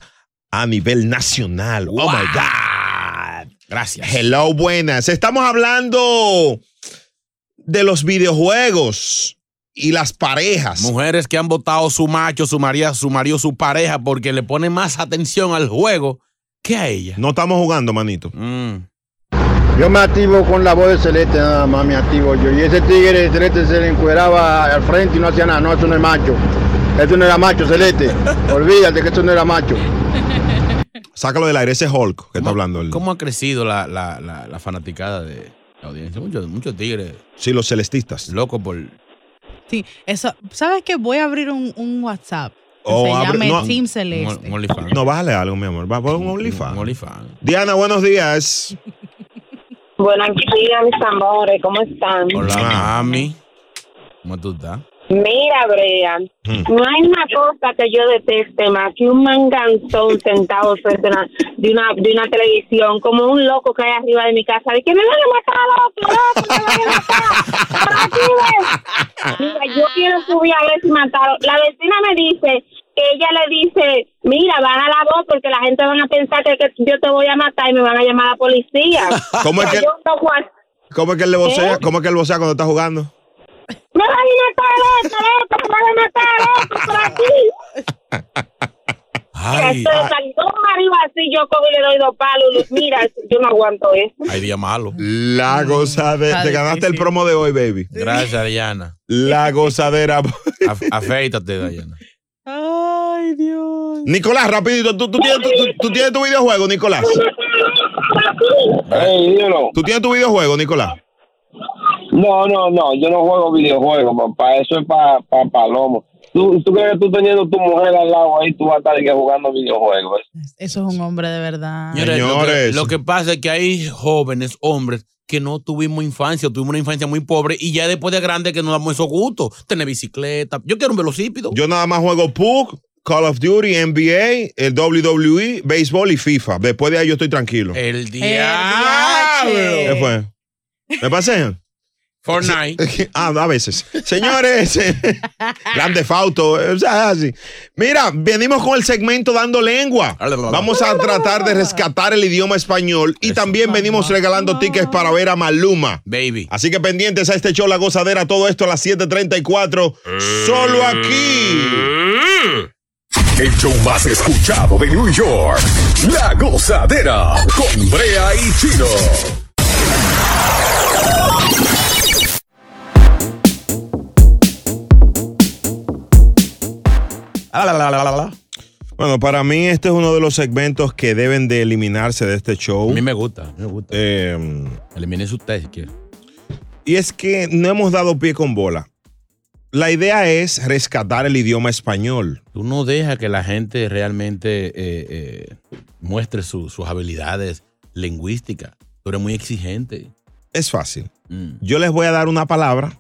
Speaker 4: a nivel nacional. Oh my God.
Speaker 5: Gracias.
Speaker 4: Hello, buenas. Estamos hablando de los videojuegos y las parejas.
Speaker 5: Mujeres que han votado su macho, su marido, su marido, su pareja porque le ponen más atención al juego que a ella.
Speaker 4: No estamos jugando, manito.
Speaker 10: Yo me activo con la voz de Celeste, nada más me activo yo. Y ese tigre Celeste se le encueraba al frente y no hacía nada. No, eso no es macho. Eso no era macho,
Speaker 6: <laughs>
Speaker 10: Celeste. Olvídate que eso no era macho.
Speaker 4: Sácalo del aire, ese Hulk que está hablando. El,
Speaker 5: ¿Cómo ha crecido la, la- la- la fanaticada de la audiencia? Muchos muchos tigres
Speaker 4: sí, los celestistas.
Speaker 5: locos por.
Speaker 6: Sí, eso. ¿Sabes qué? Voy a abrir un, un WhatsApp. Que
Speaker 4: Oh,
Speaker 6: se
Speaker 4: abre-
Speaker 6: llame
Speaker 4: no.
Speaker 6: Team
Speaker 5: Un
Speaker 6: Celeste.
Speaker 5: un OnlyFans.
Speaker 4: No, bájale algo, mi amor. Va por un
Speaker 5: Un
Speaker 4: OnlyFans.
Speaker 5: OnlyFans.
Speaker 4: Diana, buenos días.
Speaker 3: Buenos días, mis amores, ¿cómo están?
Speaker 5: Hola,
Speaker 4: Ah.
Speaker 5: mami. ¿Cómo tú estás?
Speaker 3: Mira, Brea,
Speaker 4: Hmm.
Speaker 3: no hay una cosa que yo deteste más que un manganzón sentado frente a una- de, una, de una televisión, como un loco que hay arriba de mi casa, de que me van a matar al otro, loco, me van a matar. por aquí ves. Mira, yo quiero subir a ver si mataron. La vecina me dice que ella le dice, mira, baja la voz porque la gente van a pensar que, que yo te voy a matar y me van a llamar a la policía.
Speaker 4: ¿Cómo es
Speaker 3: O sea,
Speaker 4: que-
Speaker 3: yo no puedo-
Speaker 4: ¿Cómo es que él le vocea?
Speaker 3: ¿Eh?
Speaker 4: ¿Cómo es que él vocea cuando está jugando?
Speaker 3: ¡Me van a matar esto, esto! ¡Me van a matar esto por aquí!
Speaker 5: Ay,
Speaker 3: Esto es tal- dos maridos así, yo cojo y le doy dos palos. Mira, yo no aguanto eso.
Speaker 5: hay día malo.
Speaker 4: La
Speaker 6: Mm,
Speaker 4: gozadera.
Speaker 6: está
Speaker 4: Te ganaste el
Speaker 6: difícil.
Speaker 4: promo de hoy, baby.
Speaker 5: Gracias, Diana. <laughs>
Speaker 4: La gozadera.
Speaker 5: Af- afeítate, Diana.
Speaker 6: Ay, Dios.
Speaker 4: Nicolás, rapidito. ¿tú, tú tienes, tu- tú- tú tienes tu videojuego, Nicolás.
Speaker 2: Ey, yo no.
Speaker 4: Tú tienes tu videojuego, Nicolás.
Speaker 2: No, no, no, yo no juego videojuegos, papá, eso es para pa, palomo. ¿Tú, tú crees que tú teniendo tu mujer al lado ahí, tú vas a estar de que jugando videojuegos. ¿eh?
Speaker 6: Eso es un hombre de verdad.
Speaker 5: Señores, lo que-
Speaker 4: Señores.
Speaker 5: Lo que, pasa es que hay jóvenes, hombres, que no tuvimos infancia, tuvimos una infancia muy pobre y ya después de grande que nos damos esos gustos. Tener bicicleta. Yo quiero un velocípido.
Speaker 4: Yo nada más juego PUC, Call of Duty, NBA, el WWE, béisbol y FIFA. Después de ahí yo estoy tranquilo.
Speaker 5: El
Speaker 6: diache.
Speaker 5: diablo.
Speaker 4: ¿Qué fue? ¿Me pasé?
Speaker 5: eh. Fortnite.
Speaker 4: <laughs> Ah, a veces. Señores, <laughs> grande fauto. O sea, así. Mira, venimos con el segmento dando lengua. Vamos a tratar de rescatar el idioma español y también venimos regalando tickets para ver a Maluma.
Speaker 5: Baby.
Speaker 4: Así que pendientes a este show La Gozadera, todo esto a las 7:34, solo aquí.
Speaker 1: El show más escuchado de New York. La gozadera con Brea y Chino.
Speaker 5: Ah, la, la, la, la, la.
Speaker 4: Bueno, para mí este es uno de los segmentos que deben de eliminarse de este
Speaker 5: A
Speaker 4: show.
Speaker 5: mí me gusta, me gusta.
Speaker 4: Eh,
Speaker 5: Elimine su usted si quiere.
Speaker 4: Y es que no hemos dado pie con bola. La idea es rescatar el idioma español.
Speaker 5: Tú no dejas que la gente realmente eh, eh, muestre su- sus habilidades lingüísticas. Tú eres muy exigente.
Speaker 4: Es fácil.
Speaker 5: Mm.
Speaker 4: Yo les voy a dar una palabra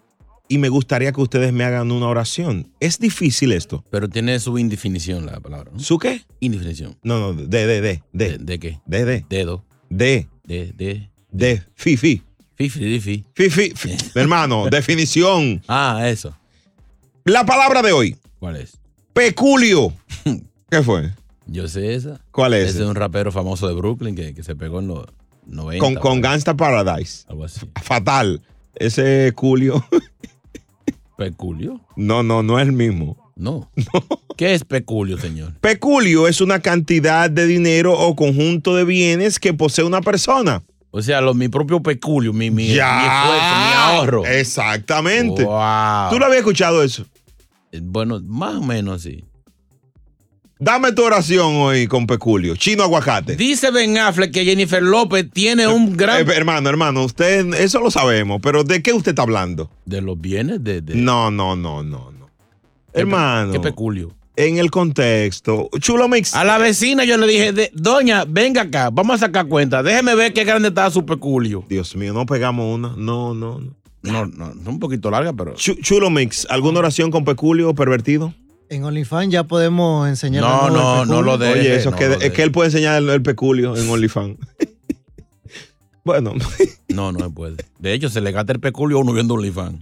Speaker 4: y me gustaría que ustedes me hagan una oración. Es difícil esto.
Speaker 5: Pero tiene su indefinición la palabra. ¿no?
Speaker 4: ¿Su qué?
Speaker 5: Indefinición.
Speaker 4: No, no, de, de, de,
Speaker 5: ¿De,
Speaker 4: de,
Speaker 5: de qué?
Speaker 4: de, de,
Speaker 5: Dedo.
Speaker 4: de,
Speaker 5: De, de.
Speaker 4: de, fi, fi,
Speaker 5: Fifi, difi.
Speaker 4: fi, fi,
Speaker 5: <laughs>
Speaker 4: fi. Hermano, definición.
Speaker 5: Ah, eso.
Speaker 4: La palabra de hoy,
Speaker 5: ¿Cuál es? <laughs>
Speaker 4: peculio. ¿Qué fue?
Speaker 5: Yo sé esa.
Speaker 4: ¿Cuál es?
Speaker 5: Ese es un rapero famoso de Brooklyn que, que se pegó en los 90.
Speaker 4: Con, con Gangsta Paradise.
Speaker 5: Algo así.
Speaker 4: Fatal. Ese culio. <laughs>
Speaker 5: ¿Peculio?
Speaker 4: No, no, no es el mismo. <laughs>
Speaker 5: No. ¿Qué es peculio, señor?
Speaker 4: Peculio es una cantidad de dinero o conjunto de bienes que posee una persona.
Speaker 5: O sea, lo, mi propio peculio, mi, mi, mi esfuerzo, mi ahorro.
Speaker 4: Exactamente.
Speaker 5: Wow. Eh,
Speaker 4: ¿Tú lo habías escuchado eso?
Speaker 5: Bueno, más o menos sí.
Speaker 4: Dame tu oración hoy con Peculio. Chino aguacate.
Speaker 5: Dice Ben Affleck que Jennifer López tiene un gran...
Speaker 4: Eh, hermano, hermano, usted, eso lo sabemos, pero ¿de qué usted está hablando?
Speaker 5: de los bienes de... de-
Speaker 4: No, no, no, no, no.
Speaker 5: qué pe-
Speaker 4: Mm, Hermano,
Speaker 5: Qué peculio.
Speaker 4: en el contexto, Chulo Mix.
Speaker 5: A la vecina yo le dije, de- doña, venga acá, vamos a sacar cuenta, déjeme ver qué grande está su peculio.
Speaker 4: Dios mío, no pegamos una. No, no, no.
Speaker 5: No, no, es un poquito larga, pero...
Speaker 4: Chu- Chulo Mix, ¿alguna oración con Peculio pervertido?
Speaker 11: En OnlyFans ya podemos enseñar.
Speaker 5: No,
Speaker 11: este
Speaker 5: no, no lo deje.
Speaker 4: Oye, eso
Speaker 5: no
Speaker 4: es, que,
Speaker 5: lo
Speaker 4: es
Speaker 5: deje.
Speaker 4: que él puede enseñar el, el Peculio en OnlyFans. <laughs> bueno, <laughs>
Speaker 5: No, no se puede. De hecho, se le gasta el peculio a uno viendo OnlyFans.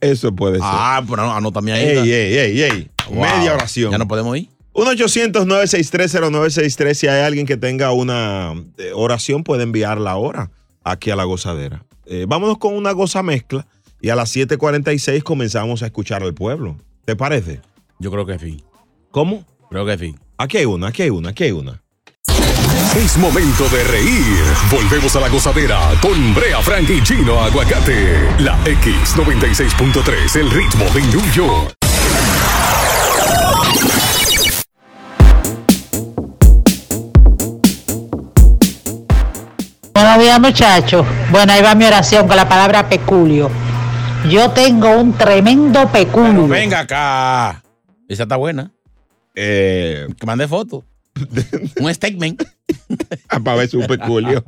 Speaker 4: eso puede ser.
Speaker 5: Ah, pero no, anótame ahí.
Speaker 4: ey,
Speaker 5: ¿verdad?
Speaker 4: ey, ey, ey.
Speaker 5: Wow.
Speaker 4: Media oración.
Speaker 5: Ya no podemos ir.
Speaker 4: 1-800-963-0963. Si hay alguien que tenga una eh, oración, puede enviarla ahora aquí a la gozadera. Eh, vámonos con una goza mezcla y a las 7:46 comenzamos a escuchar al pueblo. ¿Te parece?
Speaker 5: Yo creo que sí.
Speaker 4: ¿Cómo?
Speaker 5: Creo que sí.
Speaker 4: Aquí hay una, aquí hay una, aquí hay una.
Speaker 1: Es momento de reír. Volvemos a la gozadera con Brea Frank y Chino Aguacate. La X96.3, el ritmo de New York.
Speaker 12: Buenos días muchachos. Bueno, ahí va mi oración con la palabra peculio. Yo tengo un tremendo
Speaker 5: Pero
Speaker 12: peculio.
Speaker 5: venga acá. Esa está buena.
Speaker 4: Eh,
Speaker 5: Que mande
Speaker 4: <laughs>
Speaker 5: foto. Un statement.
Speaker 4: Ah, para ver su peculio.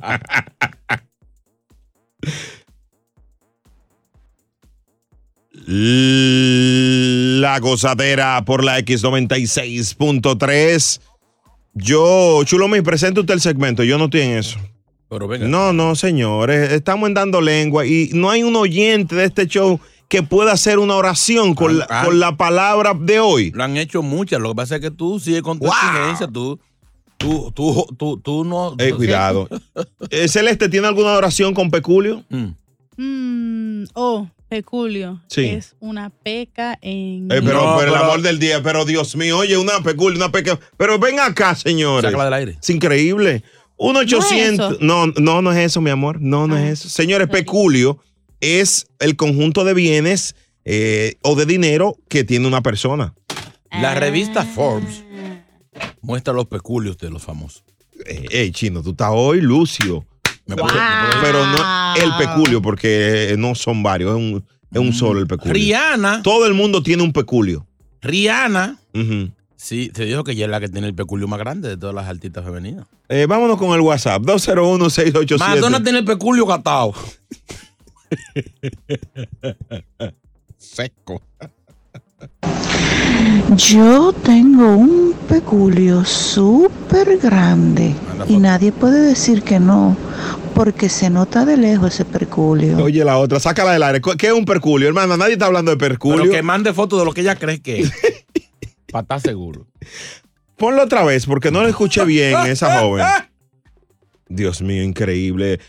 Speaker 4: La gozadera por la X96.3. Yo, Chulo, me presenta usted el segmento. Yo no estoy en eso.
Speaker 5: Pero venga.
Speaker 4: No, no, señores. Estamos en dando lengua y no hay un oyente de este show que pueda hacer una oración con, la,
Speaker 5: Ah, ah.
Speaker 4: con la palabra de hoy.
Speaker 5: Lo han hecho muchas. Lo que pasa es que tú sigues con tu
Speaker 4: Wow.
Speaker 5: exigencia. Tú, tú, tú, tú, tú no.
Speaker 4: Eh,
Speaker 5: <laughs>
Speaker 4: cuidado. Eh, Celeste, ¿tiene alguna oración con peculio?
Speaker 5: Mm.
Speaker 6: Mm, oh, peculio.
Speaker 4: Sí.
Speaker 6: Es una peca en.
Speaker 4: Eh, pero
Speaker 5: No,
Speaker 4: por el
Speaker 5: pero-
Speaker 4: amor del día, pero Dios mío, oye, una pecul, una peca. Pero ven acá, señores.
Speaker 5: Sácala del aire.
Speaker 4: Es increíble. Un
Speaker 6: ¿No es
Speaker 4: 800.
Speaker 6: eso?
Speaker 4: No, no, no es eso, mi amor. No, no
Speaker 6: Ah.
Speaker 4: es eso. Señores, peculio es el conjunto de bienes eh, o de dinero que tiene una persona.
Speaker 5: La revista Forbes muestra los peculios de los famosos.
Speaker 4: Eh, Ey, chino, tú estás hoy lucio.
Speaker 5: Me
Speaker 4: Pero-
Speaker 5: puedo-
Speaker 4: Pero
Speaker 6: Ah.
Speaker 4: no el peculio, porque eh, no son varios, es un, es un solo el peculio.
Speaker 5: Rihanna,
Speaker 4: Todo el mundo tiene un peculio.
Speaker 5: Rihanna,
Speaker 4: Ujú.
Speaker 5: sí, se dijo que ella es la que tiene el peculio más grande de todas las artistas femeninas.
Speaker 4: Eh, vámonos con el WhatsApp, 201 687
Speaker 5: Madonna tiene el peculio gastado.
Speaker 4: <laughs> seco.
Speaker 12: Yo tengo un peculio súper grande y nadie puede decir que no, porque se nota de lejos ese peculio.
Speaker 4: Oye, la otra, sácala del aire. ¿Qué es un perculio, hermana? Nadie está hablando de
Speaker 5: Pero
Speaker 4: perculio.
Speaker 5: que mande fotos de lo que ella cree que
Speaker 4: <laughs>
Speaker 5: es. Para estar seguro.
Speaker 4: Ponlo otra vez, porque no la escuché bien esa joven. Dios mío, increíble.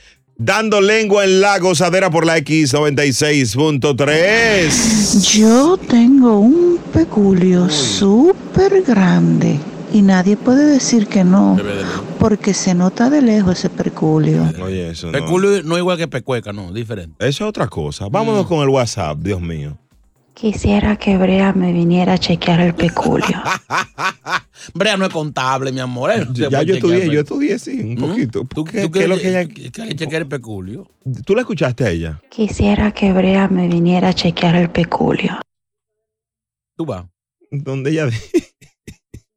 Speaker 4: Dando lengua en la gozadera por la X96.3.
Speaker 12: Yo tengo un peculio súper grande y nadie puede decir que no, porque se nota de lejos ese peculio.
Speaker 4: Oye, eso no.
Speaker 5: Peculio no es igual que pecueca, no, diferente. Mm.
Speaker 4: Eso es otra cosa. Vámonos con el WhatsApp, Dios mío.
Speaker 12: Quisiera que Brea me viniera a chequear el peculio.
Speaker 5: Brea no es contable, mi amor. Él no te
Speaker 4: ya
Speaker 5: puede
Speaker 4: yo
Speaker 5: chequear,
Speaker 4: estudié,
Speaker 5: pero-
Speaker 4: yo estudié, sí, un
Speaker 5: ¿Mm?
Speaker 4: poquito.
Speaker 5: ¿Tú,
Speaker 4: ¿Qué,
Speaker 5: tú
Speaker 4: qué es lo que ella-
Speaker 5: quieres chequear el
Speaker 4: <laughs>
Speaker 5: peculio?
Speaker 4: ¿Tú la escuchaste a ella?
Speaker 12: Quisiera que Brea me viniera a chequear el peculio.
Speaker 5: Tú vas.
Speaker 4: Donde ella dijo,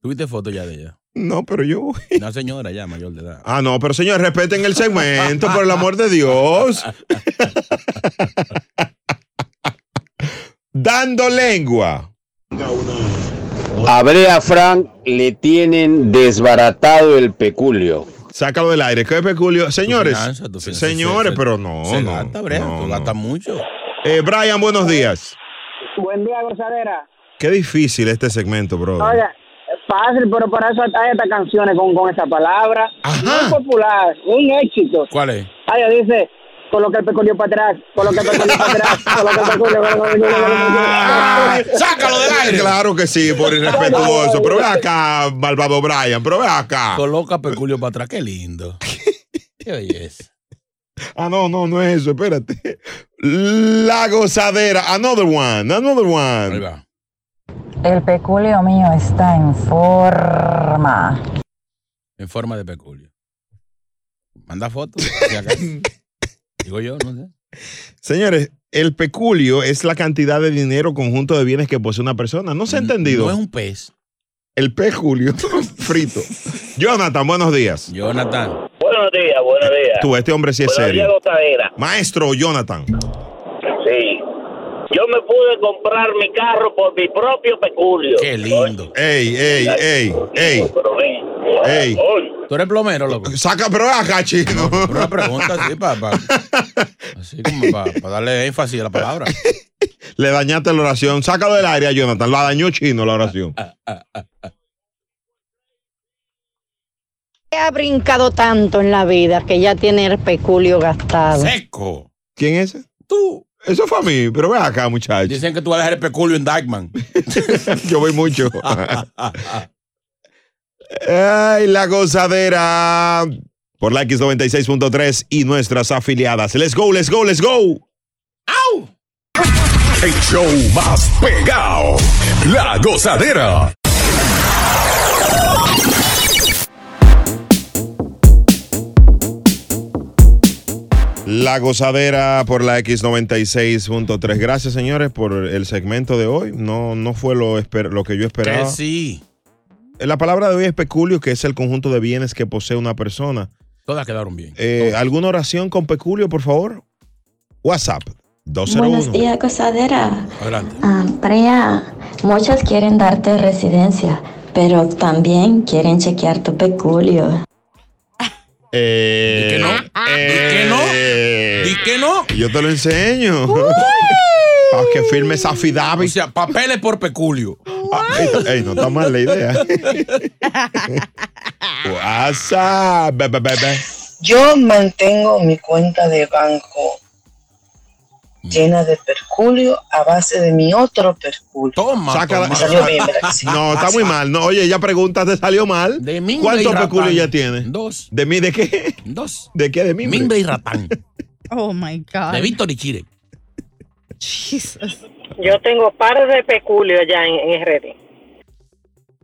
Speaker 5: Tuviste fotos ya de ella.
Speaker 4: <laughs> no, pero yo voy.
Speaker 5: Una señora ya mayor de edad.
Speaker 4: Ah, no, pero señor, respeten el segmento, por el amor de Dios. <laughs> Dando lengua.
Speaker 2: A Brea Frank le tienen desbaratado el peculio.
Speaker 4: Sácalo del aire. Qué peculio. Señores, señores, pero no,
Speaker 5: Se
Speaker 4: no,
Speaker 5: gasta, Brea,
Speaker 4: no,
Speaker 5: tú
Speaker 4: no.
Speaker 5: gastas mucho.
Speaker 4: Eh, Brian, buenos días.
Speaker 3: Buen día, gozadera.
Speaker 4: Qué difícil este segmento, bro.
Speaker 3: Oiga, fácil, pero para eso hay estas canciones con, con esa palabra.
Speaker 4: Ajá.
Speaker 3: Muy popular, un éxito.
Speaker 5: ¿Cuál es?
Speaker 3: Ay, dice, coloca el peculio para atrás, coloca el peculio para atrás, coloca el peculio para atrás. coloca el peculio para atrás.
Speaker 5: ¡Sácalo del aire!
Speaker 4: Claro que sí, por irrespetuoso. Pero ve acá, malvado Brian, pero ve acá.
Speaker 5: Coloca peculio para atrás, qué lindo. qué belleza.
Speaker 4: Ah, no, no, no es eso, espérate. La gozadera, another one, another
Speaker 5: Ahí
Speaker 4: one.
Speaker 5: va.
Speaker 13: El peculio mío está en forma.
Speaker 5: En forma de peculio. Manda fotos. si acaso. Digo yo, no sé.
Speaker 4: Señores, el peculio es la cantidad de dinero conjunto de bienes que posee una persona. No se ha entendido.
Speaker 5: No es un pez.
Speaker 4: El peculio <laughs> frito. Jonathan, buenos días.
Speaker 5: Jonathan.
Speaker 14: Buenos días, buenos días.
Speaker 4: Tú, este hombre sí es
Speaker 14: Buenos días,
Speaker 4: serio.
Speaker 14: gozadera.
Speaker 4: Maestro Jonathan.
Speaker 14: Sí. Yo me pude comprar mi carro por mi propio peculio.
Speaker 5: Qué lindo.
Speaker 4: Ey, ey, ey, ey. Ey.
Speaker 5: Tú eres plomero, loco.
Speaker 4: Saca, pero acá, chino.
Speaker 5: Una pregunta así para así como para darle énfasis a la palabra.
Speaker 4: Le dañaste la oración. Sácalo del aire a Jonathan. La dañó chino la oración.
Speaker 5: Ah,
Speaker 15: ¿Qué ha brincado tanto en la vida que ya tiene el peculio gastado?
Speaker 5: ah, Seco.
Speaker 4: ¿Quién es ese?
Speaker 5: Tú.
Speaker 4: Eso fue a mí, pero ven acá, muchacho.
Speaker 5: Dicen que tú vas a dejar el
Speaker 4: <laughs>
Speaker 5: peculio en Dagman.
Speaker 4: Yo voy mucho.
Speaker 5: Ah,
Speaker 4: Ay, la gozadera. Por la X96.3 y nuestras afiliadas. Let's go, let's go, let's go.
Speaker 1: El show más pegado. La gozadera.
Speaker 4: La gozadera por la X96.3. Gracias, señores, por el segmento de hoy. No, no fue lo, esper- lo que yo esperaba.
Speaker 5: Que sí.
Speaker 4: La palabra de hoy es peculio, que es el conjunto de bienes que posee una persona.
Speaker 5: Todas quedaron bien.
Speaker 4: Eh, ¿Alguna oración con peculio, por favor? WhatsApp. 201.
Speaker 16: Buenos días, cosadera.
Speaker 5: Adelante.
Speaker 16: Andrea, muchos Ah, quieren darte residencia, pero también quieren chequear tu peculio.
Speaker 4: Eh,
Speaker 5: ¿Y que no? ¿Y que no?
Speaker 4: Yo te lo enseño. Para que firme esa
Speaker 5: O
Speaker 4: affidavit.
Speaker 5: sea, papeles por peculio.
Speaker 4: Ey, ey, no está mal la idea. <laughs> WhatsApp. be, be, be, be.
Speaker 17: Yo mantengo mi cuenta de banco llena de perculio a base de mi otro perculio.
Speaker 5: Toma,
Speaker 4: Sácala-
Speaker 17: Me salió bien, ¿verdad? Sí.
Speaker 4: No, está muy mal. No, oye, ella pregunta, te salió mal.
Speaker 5: De mimbre
Speaker 4: ¿Cuántos
Speaker 5: y ratán.
Speaker 4: peculios ya tiene?
Speaker 5: Dos.
Speaker 4: ¿De mí de qué?
Speaker 5: Dos.
Speaker 4: ¿De qué? De mimbre.
Speaker 5: Mimbre y ratán.
Speaker 6: Oh my God.
Speaker 5: De Víctor y Chire.
Speaker 3: Yo tengo par de peculio allá en, en RD.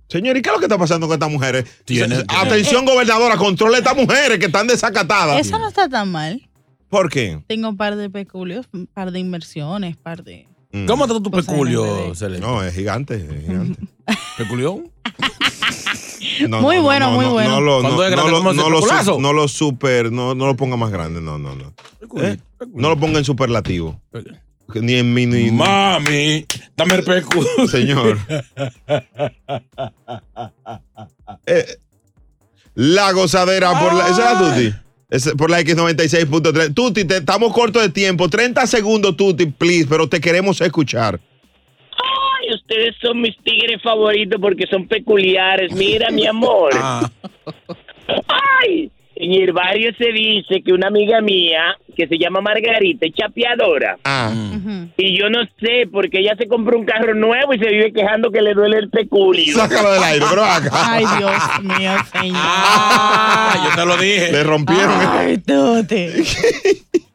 Speaker 4: Señor, ¿y qué es lo que está pasando con estas mujeres?
Speaker 5: Tiene-
Speaker 4: Se-
Speaker 5: tiene-
Speaker 4: Atención, gobernadora, controle a estas mujeres que están desacatadas.
Speaker 6: Eh. Eso no está tan mal.
Speaker 4: ¿Por qué?
Speaker 6: Tengo un par de peculios, un par de inversiones, par de...
Speaker 5: ¿Cómo está tu
Speaker 6: Cosa de
Speaker 5: peculio,
Speaker 6: bebé.
Speaker 5: Celeste?
Speaker 4: Mm. No, es gigante, es
Speaker 5: <laughs>
Speaker 4: gigante.
Speaker 5: ¿Peculión?
Speaker 4: <laughs> No,
Speaker 6: Muy
Speaker 4: no,
Speaker 6: bueno,
Speaker 4: no,
Speaker 6: muy
Speaker 4: no,
Speaker 6: bueno.
Speaker 4: No, lo-
Speaker 5: ¿Cuándo
Speaker 4: no-
Speaker 5: es
Speaker 4: no
Speaker 5: grande
Speaker 4: lo-
Speaker 5: como ese
Speaker 4: no lo su-
Speaker 5: populazo?
Speaker 4: no lo super, no, no lo ponga más grande, no, no, no. ¿Eh? No lo ponga en superlativo. Ni en mini.
Speaker 5: Mami, dame el peculio. <laughs>
Speaker 4: Señor. Eh, la gozadera por la. Esa era Tuti. Esa- por la X96.3. Tuti, te- estamos cortos de tiempo. 30 segundos, Tuti, please, pero te queremos escuchar.
Speaker 18: Ay, ustedes son mis tigres favoritos porque son peculiares. Mira, mi amor.
Speaker 4: Ah.
Speaker 18: Ay, en el barrio se dice que una amiga mía que se llama Margarita es chapeadora.
Speaker 4: Ah.
Speaker 18: Y yo no sé porque ella se compró un carro nuevo y se vive quejando que le duele el peculio.
Speaker 4: Sácalo del aire, pero acá.
Speaker 6: Ay, Dios mío, señor.
Speaker 5: Ah, yo te lo dije.
Speaker 4: Le rompieron.
Speaker 6: Ay, Tuti.
Speaker 4: <laughs>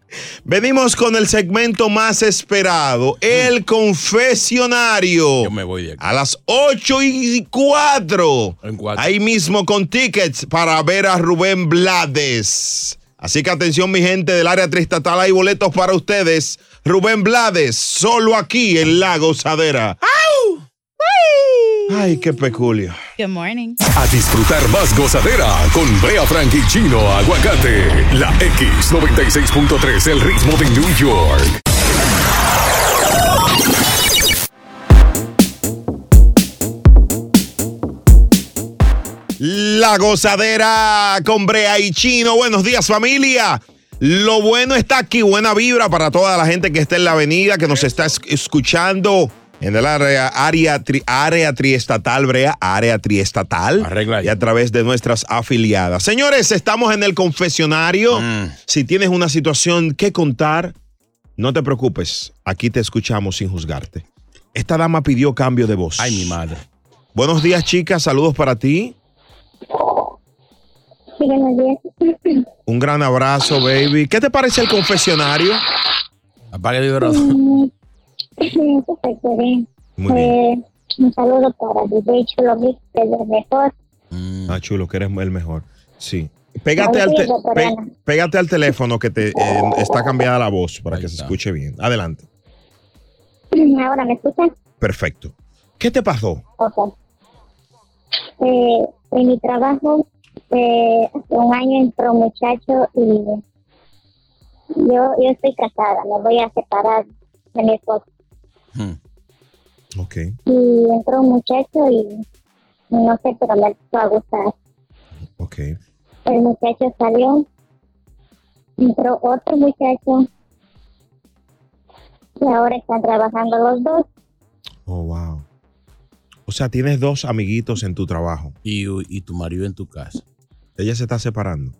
Speaker 4: Venimos con el segmento más esperado, el confesionario.
Speaker 5: Yo me voy de aquí.
Speaker 4: A las 8 y 4.
Speaker 5: En cuatro.
Speaker 4: Ahí mismo con tickets para ver a Rubén Blades. Así que atención, mi gente del área triestatal, hay boletos para ustedes. Rubén Blades, solo aquí en La Gozadera. Ay, qué peculio.
Speaker 6: Good morning.
Speaker 1: A disfrutar más gozadera con Brea Frank y Chino Aguacate. La X96.3, el ritmo de New York.
Speaker 4: La gozadera con Brea y Chino. Buenos días, familia. Lo bueno está aquí, buena vibra para toda la gente que está en la avenida, que nos está es- escuchando en el área, área, tri- área triestatal, Brea, área triestatal. Y a través de nuestras afiliadas. Señores, estamos en el confesionario. Si tienes una situación que contar, no te preocupes. Aquí te escuchamos sin juzgarte. Esta dama pidió cambio de voz. Ay, mi
Speaker 5: madre.
Speaker 4: Buenos días, chicas. Saludos para ti.
Speaker 19: Buenos días.
Speaker 4: Un gran abrazo, baby. ¿Qué te parece el confesionario? <laughs>
Speaker 5: Apaga el vibrador.
Speaker 19: Mm, Eso fue, fue bien.
Speaker 4: Muy
Speaker 19: Eh, Un saludo para Dibecho Lomix desde el mejor. <clears throat>
Speaker 4: Ah, chulo, que eres el mejor. Sí. Pégate al,
Speaker 19: Saludos,
Speaker 4: te-
Speaker 19: Dotorana.
Speaker 4: pe- pégate al teléfono que te eh, está cambiada la voz para que se escuche bien. Adelante.
Speaker 19: Ahora, ¿me escuchan?
Speaker 4: Perfecto. ¿Qué te pasó?
Speaker 19: Ok. Eh, en mi trabajo, eh, hace un año entró un muchacho y yo, yo estoy casada, me voy a separar de mi esposo.
Speaker 4: Ok.
Speaker 19: Y entró un muchacho y no sé, pero me empezó a gustar.
Speaker 4: Ok.
Speaker 19: El muchacho salió, entró otro muchacho y ahora están trabajando los dos.
Speaker 4: Oh, wow. O sea, tienes dos amiguitos en tu trabajo.
Speaker 5: Y, y tu marido en tu casa.
Speaker 4: Ella se está separando.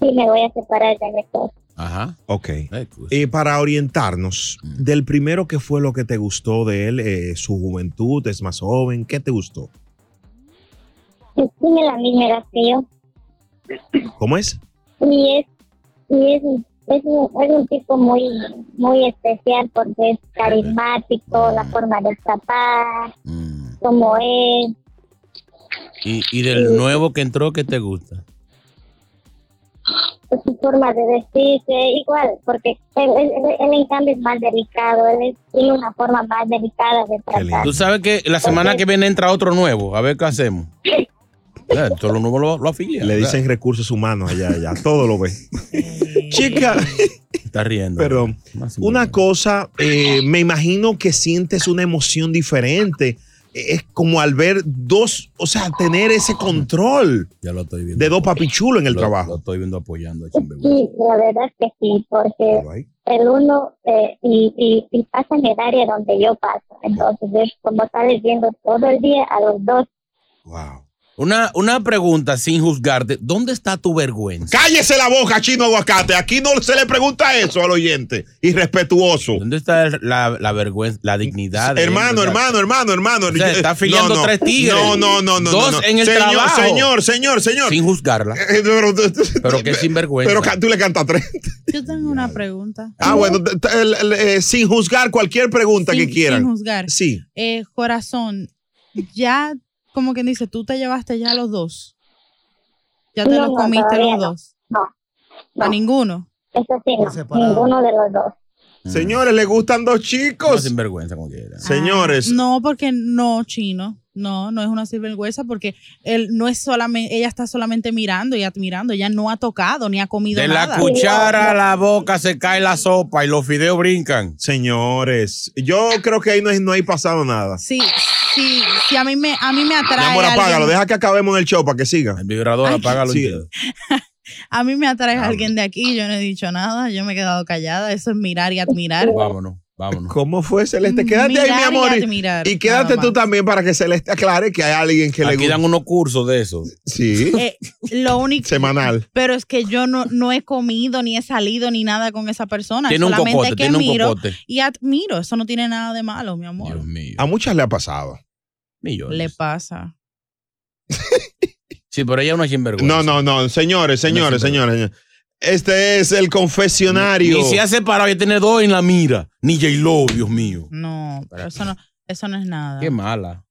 Speaker 19: Sí, me voy a separar de mi esposo.
Speaker 5: Ajá. pues. Mm.
Speaker 4: Ok. Eh, para orientarnos, del primero, ¿qué fue lo que te gustó de él? Eh, ¿Su juventud? ¿Es más joven? ¿Qué te gustó?
Speaker 19: Y tiene la misma edad que yo.
Speaker 4: ¿Cómo es?
Speaker 19: Y es, y es, es, un, es un tipo muy, muy especial porque es carismático, la forma de escapar, como es.
Speaker 5: Y, y del nuevo que entró, ¿qué te gusta?
Speaker 19: su forma de vestirse, igual, porque él, él, él- él, en cambio es más delicado, él es- tiene una forma más delicada de tratar.
Speaker 5: Tú sabes que la semana que viene entra otro nuevo. A ver qué hacemos.
Speaker 19: <laughs>
Speaker 5: Ya, Todo lo nuevo lo, lo afilia.
Speaker 4: Le dicen recursos humanos allá, allá. Todo lo ve. Chica. <laughs>
Speaker 5: Está riendo.
Speaker 4: Perdón. Una cosa, eh, me imagino que sientes una emoción diferente. Es como al ver dos, o sea, tener ese control
Speaker 5: Ya lo estoy viendo.
Speaker 4: de dos papichulos en el
Speaker 5: Lo-
Speaker 4: trabajo.
Speaker 5: Lo estoy viendo apoyando.
Speaker 19: Sí, la verdad es que sí, porque el uno eh, y, y, y pasa en el área donde yo paso, entonces es como sales viendo todo el día a los dos.
Speaker 5: Una, una pregunta sin juzgarte. ¿Dónde está tu vergüenza?
Speaker 4: Cállese la boca, chino aguacate. Aquí no se le pregunta eso al oyente. Irrespetuoso.
Speaker 5: ¿Dónde está el- la, la vergüenza, la dignidad? de
Speaker 4: Hermano,
Speaker 5: él?
Speaker 4: hermano, hermano, hermano.
Speaker 5: O sea, está afiliando
Speaker 4: No, no.
Speaker 5: tres tigres.
Speaker 4: No, no, no, no.
Speaker 5: Dos
Speaker 4: no, no.
Speaker 5: en el
Speaker 4: señor,
Speaker 5: trabajo.
Speaker 4: Señor, señor, señor. Eh, Sin
Speaker 5: juzgarla.
Speaker 4: <laughs> Pero,
Speaker 5: Pero que sinvergüenza.
Speaker 4: Pero ca- tú le cantas
Speaker 6: <laughs>
Speaker 4: tres.
Speaker 6: Yo tengo una pregunta.
Speaker 4: Ah, bueno, t- t- el- el- eh, sin juzgar cualquier pregunta
Speaker 6: Sin-
Speaker 4: que quieran.
Speaker 6: sin juzgar.
Speaker 4: Sí.
Speaker 6: Eh, corazón, ya, como quien dice, tú te llevaste ya a los dos. Ya te
Speaker 19: No,
Speaker 6: los
Speaker 19: no,
Speaker 6: comiste
Speaker 19: todavía
Speaker 6: los
Speaker 19: no.
Speaker 6: dos.
Speaker 19: No,
Speaker 6: A ninguno.
Speaker 19: eso sí, no,
Speaker 6: separado.
Speaker 19: ninguno de los dos.
Speaker 4: Señores, le gustan dos chicos. No,
Speaker 5: Ah. sinvergüenza, como quiera.
Speaker 4: Señores.
Speaker 6: Ah, No, porque no, chino. No, no es una sinvergüenza porque él no es solamente, ella está solamente mirando y admirando, ella no ha tocado ni ha comido
Speaker 5: De la
Speaker 6: nada.
Speaker 5: cuchara a la boca se cae la sopa y los fideos brincan.
Speaker 4: Señores, yo creo que ahí no, es- no hay pasado nada.
Speaker 6: Sí, sí, sí, a mí me, a mí me atrae.
Speaker 4: Mi amor,
Speaker 6: alguien-
Speaker 4: apágalo. Deja que acabemos en el show para que siga. El
Speaker 5: vibrador, apágalo.
Speaker 4: Sí.
Speaker 6: A mí me atrae alguien de aquí, yo no he dicho nada, yo me he quedado callada, eso es mirar y admirar.
Speaker 5: Vámonos, vámonos.
Speaker 4: ¿Cómo fue, Celeste? Quédate ahí,
Speaker 6: Mm, Mirar
Speaker 4: mi
Speaker 6: y
Speaker 4: amor. y-
Speaker 6: admirar,
Speaker 4: Y, quédate
Speaker 6: nada
Speaker 4: tú también para que Celeste aclare que hay alguien que le
Speaker 5: Aquí
Speaker 4: gusta.
Speaker 5: dan unos cursos de eso.
Speaker 4: Sí.
Speaker 6: Eh, lo único,
Speaker 4: Semanal.
Speaker 6: pero es que yo no, no he comido, ni he salido, ni nada con esa persona.
Speaker 4: Tiene un
Speaker 6: Solamente
Speaker 4: cocote,
Speaker 6: que
Speaker 4: tiene un
Speaker 6: miro
Speaker 4: cocote.
Speaker 6: y admiro. Eso no tiene nada de malo, mi amor.
Speaker 4: A muchas le ha pasado.
Speaker 6: Le pasa.
Speaker 5: Sí, pero ella es una sinvergüenza.
Speaker 4: No, no, no. Señores, señores,
Speaker 5: No,
Speaker 4: señores. señores. Este es el confesionario.
Speaker 5: Ni se ha separado, ya tiene dos en la mira. Ni J-Lo, Dios mío.
Speaker 4: Mm.
Speaker 6: No, pero eso no, eso no es nada.
Speaker 5: Qué mala.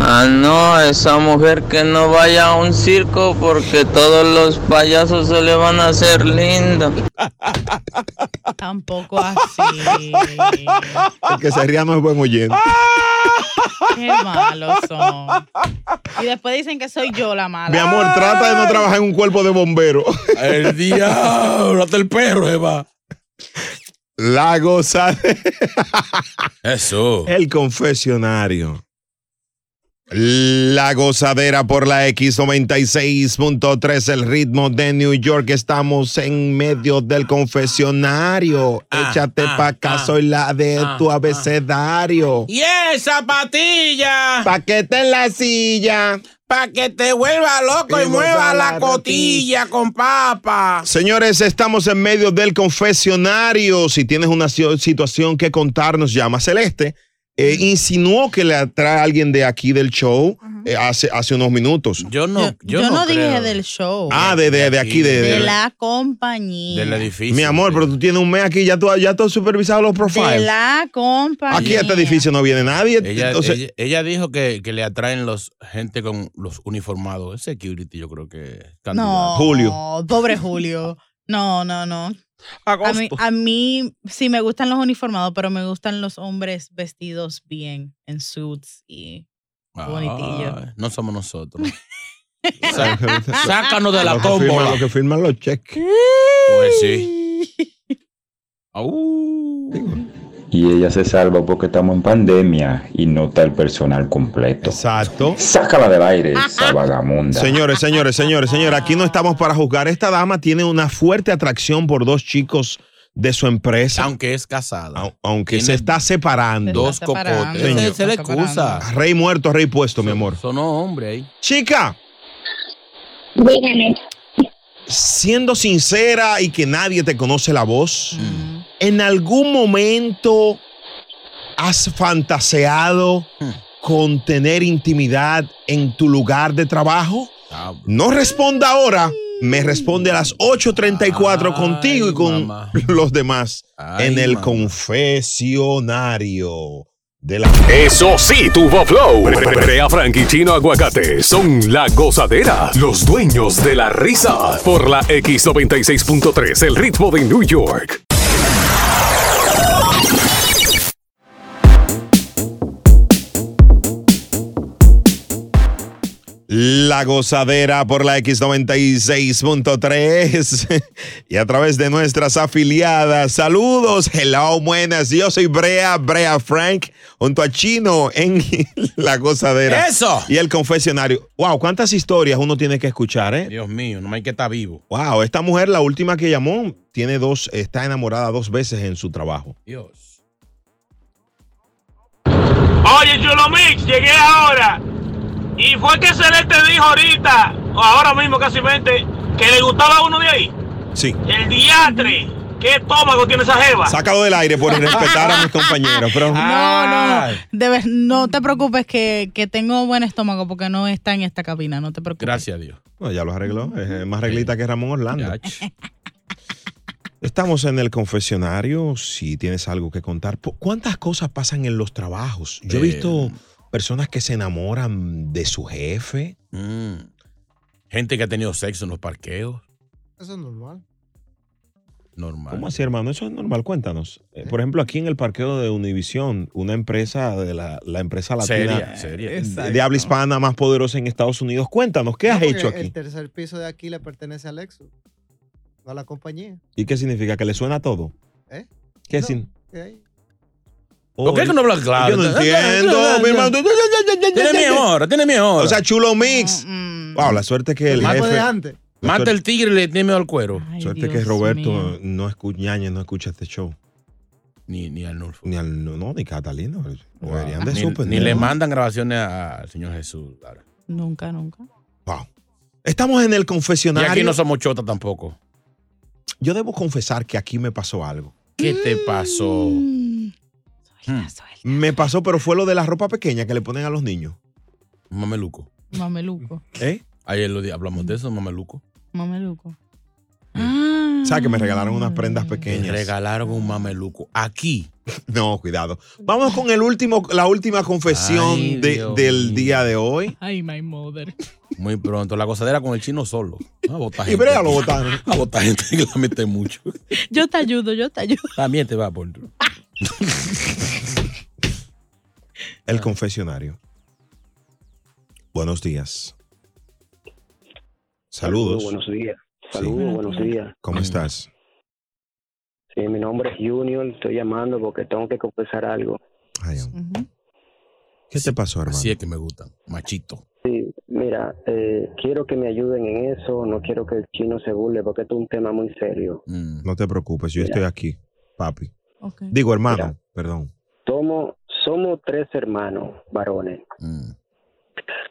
Speaker 20: Ah, no, esa mujer que no vaya a un circo porque todos los payasos se le van a hacer linda.
Speaker 6: Tampoco así.
Speaker 4: <laughs> El que se ría no es buen oyente.
Speaker 6: Qué malos son. Y después dicen que soy yo la mala.
Speaker 4: Mi amor, trata de no trabajar en un cuerpo de bomberos.
Speaker 5: El diablo, hasta el perro se va.
Speaker 4: La goza.
Speaker 5: Eso.
Speaker 4: El confesionario. La gozadera por la X96.3, el ritmo de New York. Estamos en medio del confesionario. Échate pa' acá, soy la de tu abecedario.
Speaker 5: Y esa patilla.
Speaker 4: Paquete en la silla.
Speaker 5: Pa' que te vuelva loco y mueva la cotilla con papa.
Speaker 4: Señores, estamos en medio del confesionario. Si tienes una si- situación que contarnos, llama a Celeste eh, insinuó que le atrae a alguien de aquí del show eh, hace, hace unos minutos.
Speaker 5: Yo no,
Speaker 6: Yo, no, dije del show.
Speaker 4: Ah, de, de, de aquí, de,
Speaker 6: de
Speaker 4: de-
Speaker 6: la compañía.
Speaker 5: del edificio.
Speaker 4: Mi amor, pero tú tienes un mes aquí, ya tú, ya tú has supervisado los
Speaker 6: De
Speaker 4: profiles.
Speaker 6: la compañía.
Speaker 4: Aquí a este edificio no viene nadie.
Speaker 5: Ella,
Speaker 4: Este, entonces,
Speaker 5: ella- ella dijo que, que le atraen los gente con los uniformados. Es security, yo creo que. es
Speaker 6: No,
Speaker 5: candidato.
Speaker 6: pobre Julio. No, no, no. A mí, a mí sí me gustan los uniformados, pero me gustan los hombres vestidos bien, en suits y bonitillos.
Speaker 5: Ay, no somos nosotros.
Speaker 6: <laughs>
Speaker 5: Sa- sácanos de la tómbola.
Speaker 4: Lo que firman los cheques.
Speaker 5: Pues sí.
Speaker 21: Y ella se salva porque estamos en pandemia y no está el personal completo.
Speaker 4: Exacto.
Speaker 21: Sácala del aire, esa vagamunda.
Speaker 4: Señores, señores, señores, señores, aquí no estamos para juzgar. Esta dama tiene una fuerte atracción por dos chicos de su empresa.
Speaker 5: Aunque es casada.
Speaker 4: aunque se está separando.
Speaker 5: Dos Se está separando, cocotes. se está
Speaker 4: Señor.
Speaker 5: separando.
Speaker 4: Rey muerto, rey puesto, mi amor.
Speaker 5: Sonó hombre ahí.
Speaker 4: Chica.
Speaker 19: Dígame.
Speaker 4: Siendo sincera y que nadie te conoce la voz,
Speaker 5: Mm.
Speaker 4: ¿en algún momento has fantaseado con tener intimidad en tu lugar de trabajo?
Speaker 1: Ah,
Speaker 4: No responda ahora. Me responde a las 8.34 contigo y con <laughs> los demás en el confesionario de la...
Speaker 1: Eso sí, tuvo flow. Brea Frank y Chino Aguacate son la gozadera, los dueños de la risa. Por la X96.3, el ritmo de New York.
Speaker 4: La gozadera por la X96.3 <laughs> y a través de nuestras afiliadas. Saludos, hello, buenas. Yo soy Brea, Brea Frank, junto a Chino en <laughs> La gozadera.
Speaker 5: ¡Eso!
Speaker 4: Y el confesionario. Wow, cuántas historias uno tiene que escuchar, ¿eh?
Speaker 5: Dios mío, no hay que estar vivo.
Speaker 4: Wow, esta mujer, la última que llamó, tiene dos, está enamorada dos veces en su trabajo.
Speaker 5: Dios.
Speaker 14: Oye, Chulomix, llegué ahora. Y fue que Celeste dijo ahorita, o ahora mismo casi mente, que le gustaba uno de ahí.
Speaker 4: Sí.
Speaker 14: El diatre. ¿Qué estómago tiene esa jeva?
Speaker 4: Sácalo del aire por respetar a mis compañeros. Pero...
Speaker 6: No, no, no. Debes- no te preocupes que, que tengo buen estómago porque no está en esta cabina, no te preocupes.
Speaker 5: Gracias a Dios.
Speaker 4: No, ya los arregló. Es eh, más reglita que Ramón Orlando. Estamos en el confesionario. Si tienes algo que contar, Po- ¿cuántas cosas pasan en los trabajos? Yo he
Speaker 5: Eh.
Speaker 4: visto personas que se enamoran de su jefe.
Speaker 5: Mm. Gente que ha tenido sexo en los parqueos.
Speaker 11: Eso es normal.
Speaker 5: Normal.
Speaker 4: ¿Cómo así, hermano? Eso es normal. Cuéntanos. Eh, Por ejemplo, aquí en el parqueo de Univisión, una empresa de la, la empresa latina
Speaker 5: Seria,
Speaker 4: eh,
Speaker 5: seria.
Speaker 4: de- de
Speaker 5: Exacto.
Speaker 4: habla hispana más poderosa en Estados Unidos. Cuéntanos, ¿qué has
Speaker 11: Porque
Speaker 4: hecho aquí?
Speaker 11: El tercer piso de aquí le pertenece a Lexus, no a la compañía.
Speaker 4: ¿Y qué significa? ¿Que le suena todo?
Speaker 11: ¿Eh?
Speaker 4: ¿Qué sin-
Speaker 11: ¿Qué hay?
Speaker 5: ¿Por qué que no hablas claro?
Speaker 4: Yo no entiendo, mi hermano.
Speaker 5: Tiene mi hora, tiene mi hora.
Speaker 4: O sea, chulo mix.
Speaker 6: Mm,
Speaker 4: Wow, la suerte que el
Speaker 5: Más
Speaker 4: jefe.
Speaker 5: adelante. Mata el tigre y le tiene miedo al cuero.
Speaker 4: Suerte que Roberto no escucha, Ñañez no escucha este show.
Speaker 5: Ni, ni al Nulfo.
Speaker 4: Ni al no, ni Catalina. Lo deberían de
Speaker 5: ni, ni
Speaker 4: suspender.
Speaker 5: le mandan grabaciones a- al señor Jesús. ahora.
Speaker 6: Nunca, nunca.
Speaker 4: Estamos en el
Speaker 5: Y
Speaker 4: confesionario.
Speaker 5: aquí no somos chotas tampoco.
Speaker 4: Yo debo confesar que aquí me pasó algo.
Speaker 5: ¿Qué te pasó? Hmm.
Speaker 4: Me pasó, pero fue lo de la ropa pequeña que le ponen a los niños.
Speaker 5: Mameluco.
Speaker 6: Mameluco,
Speaker 4: ¿Eh?
Speaker 5: Ayer lo di- hablamos de eso, mameluco.
Speaker 6: mameluco.
Speaker 4: O sea, que me regalaron unas prendas
Speaker 5: Me
Speaker 4: pequeñas.
Speaker 5: regalaron un mameluco. Aquí.
Speaker 4: <laughs> No, cuidado. Vamos con el último, la última confesión
Speaker 5: Ay,
Speaker 4: de-
Speaker 5: Dios
Speaker 4: del día de hoy.
Speaker 6: Ay, my mother.
Speaker 5: Muy pronto. La gozadera con el chino solo. A botar
Speaker 4: Y
Speaker 5: gente.
Speaker 4: Brea
Speaker 5: <laughs>
Speaker 4: lo botaron.
Speaker 5: A botar gente que la mete mucho.
Speaker 6: Yo te ayudo, yo te ayudo.
Speaker 5: También te va por.
Speaker 4: El confesionario. Buenos días. Saludos.
Speaker 7: buenos días. Saludos, buenos días.
Speaker 4: ¿Cómo estás?
Speaker 7: Sí, mi nombre es Junior. Estoy llamando porque tengo que confesar algo.
Speaker 4: ¿Qué te pasó, hermano?
Speaker 5: Así es que me gustan. Machito.
Speaker 7: Sí, mira, eh, quiero que me ayuden en eso. No quiero que el chino se burle porque esto es un tema muy serio.
Speaker 4: No te preocupes, yo estoy aquí, papi.
Speaker 6: Ok.
Speaker 4: Digo, hermano, perdón.
Speaker 7: Tomo, somos tres hermanos varones.
Speaker 4: Mm.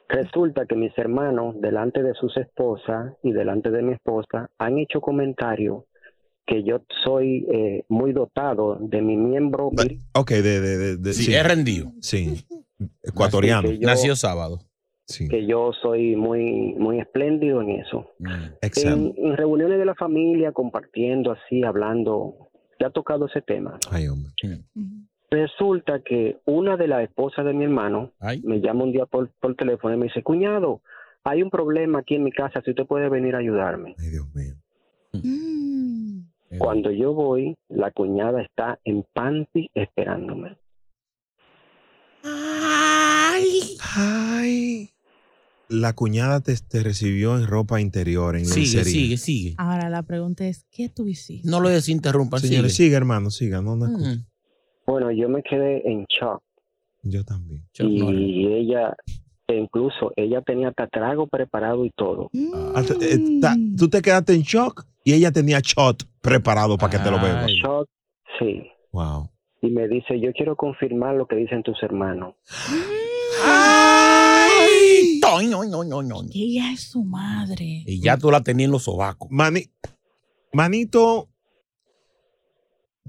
Speaker 7: Resulta que mis hermanos, delante de sus esposas y delante de mi esposa, han hecho comentarios que yo soy eh, muy dotado de mi miembro. viril.
Speaker 4: Ok, de, de, de, de-
Speaker 7: Sí, es
Speaker 5: rendido.
Speaker 4: Sí. Ecuatoriano.
Speaker 7: Así que yo- Nació
Speaker 5: sábado.
Speaker 7: que yo soy muy muy espléndido en eso. En,
Speaker 4: Excelente.
Speaker 7: en reuniones de la familia, compartiendo así, hablando, ya ha tocado ese tema.
Speaker 4: Ay, hombre.
Speaker 7: Resulta que una de las esposas de mi hermano me llama un día por, por teléfono y me dice, cuñado, hay un problema aquí en mi casa, si usted puede venir a ayudarme. Cuando yo voy, la cuñada está en panty esperándome.
Speaker 4: Ay. La cuñada te, te recibió en ropa interior, en
Speaker 5: Sigue,
Speaker 4: lencería.
Speaker 5: sigue, sigue.
Speaker 6: Ahora la pregunta es, ¿qué tú hiciste?
Speaker 5: No lo desinterrumpan,
Speaker 4: Señores,
Speaker 5: sigue. Mm.
Speaker 4: siga, hermano, siga. No, no escucho.
Speaker 7: Bueno, yo me quedé en shock.
Speaker 4: Yo también.
Speaker 7: y ella, e incluso ella tenía hasta trago preparado y todo.
Speaker 4: Hasta- eh, ta- tú te quedaste en shock y ella tenía shot preparado para que
Speaker 5: Ah,
Speaker 4: te lo bebas.
Speaker 7: Shock, sí.
Speaker 4: Wow.
Speaker 7: Y me dice, yo quiero confirmar lo que dicen tus hermanos.
Speaker 5: Ay, toy, no, no, no, no.
Speaker 6: Ella es su madre.
Speaker 5: Y ya tú la tenías en los sobacos.
Speaker 4: Mani- manito,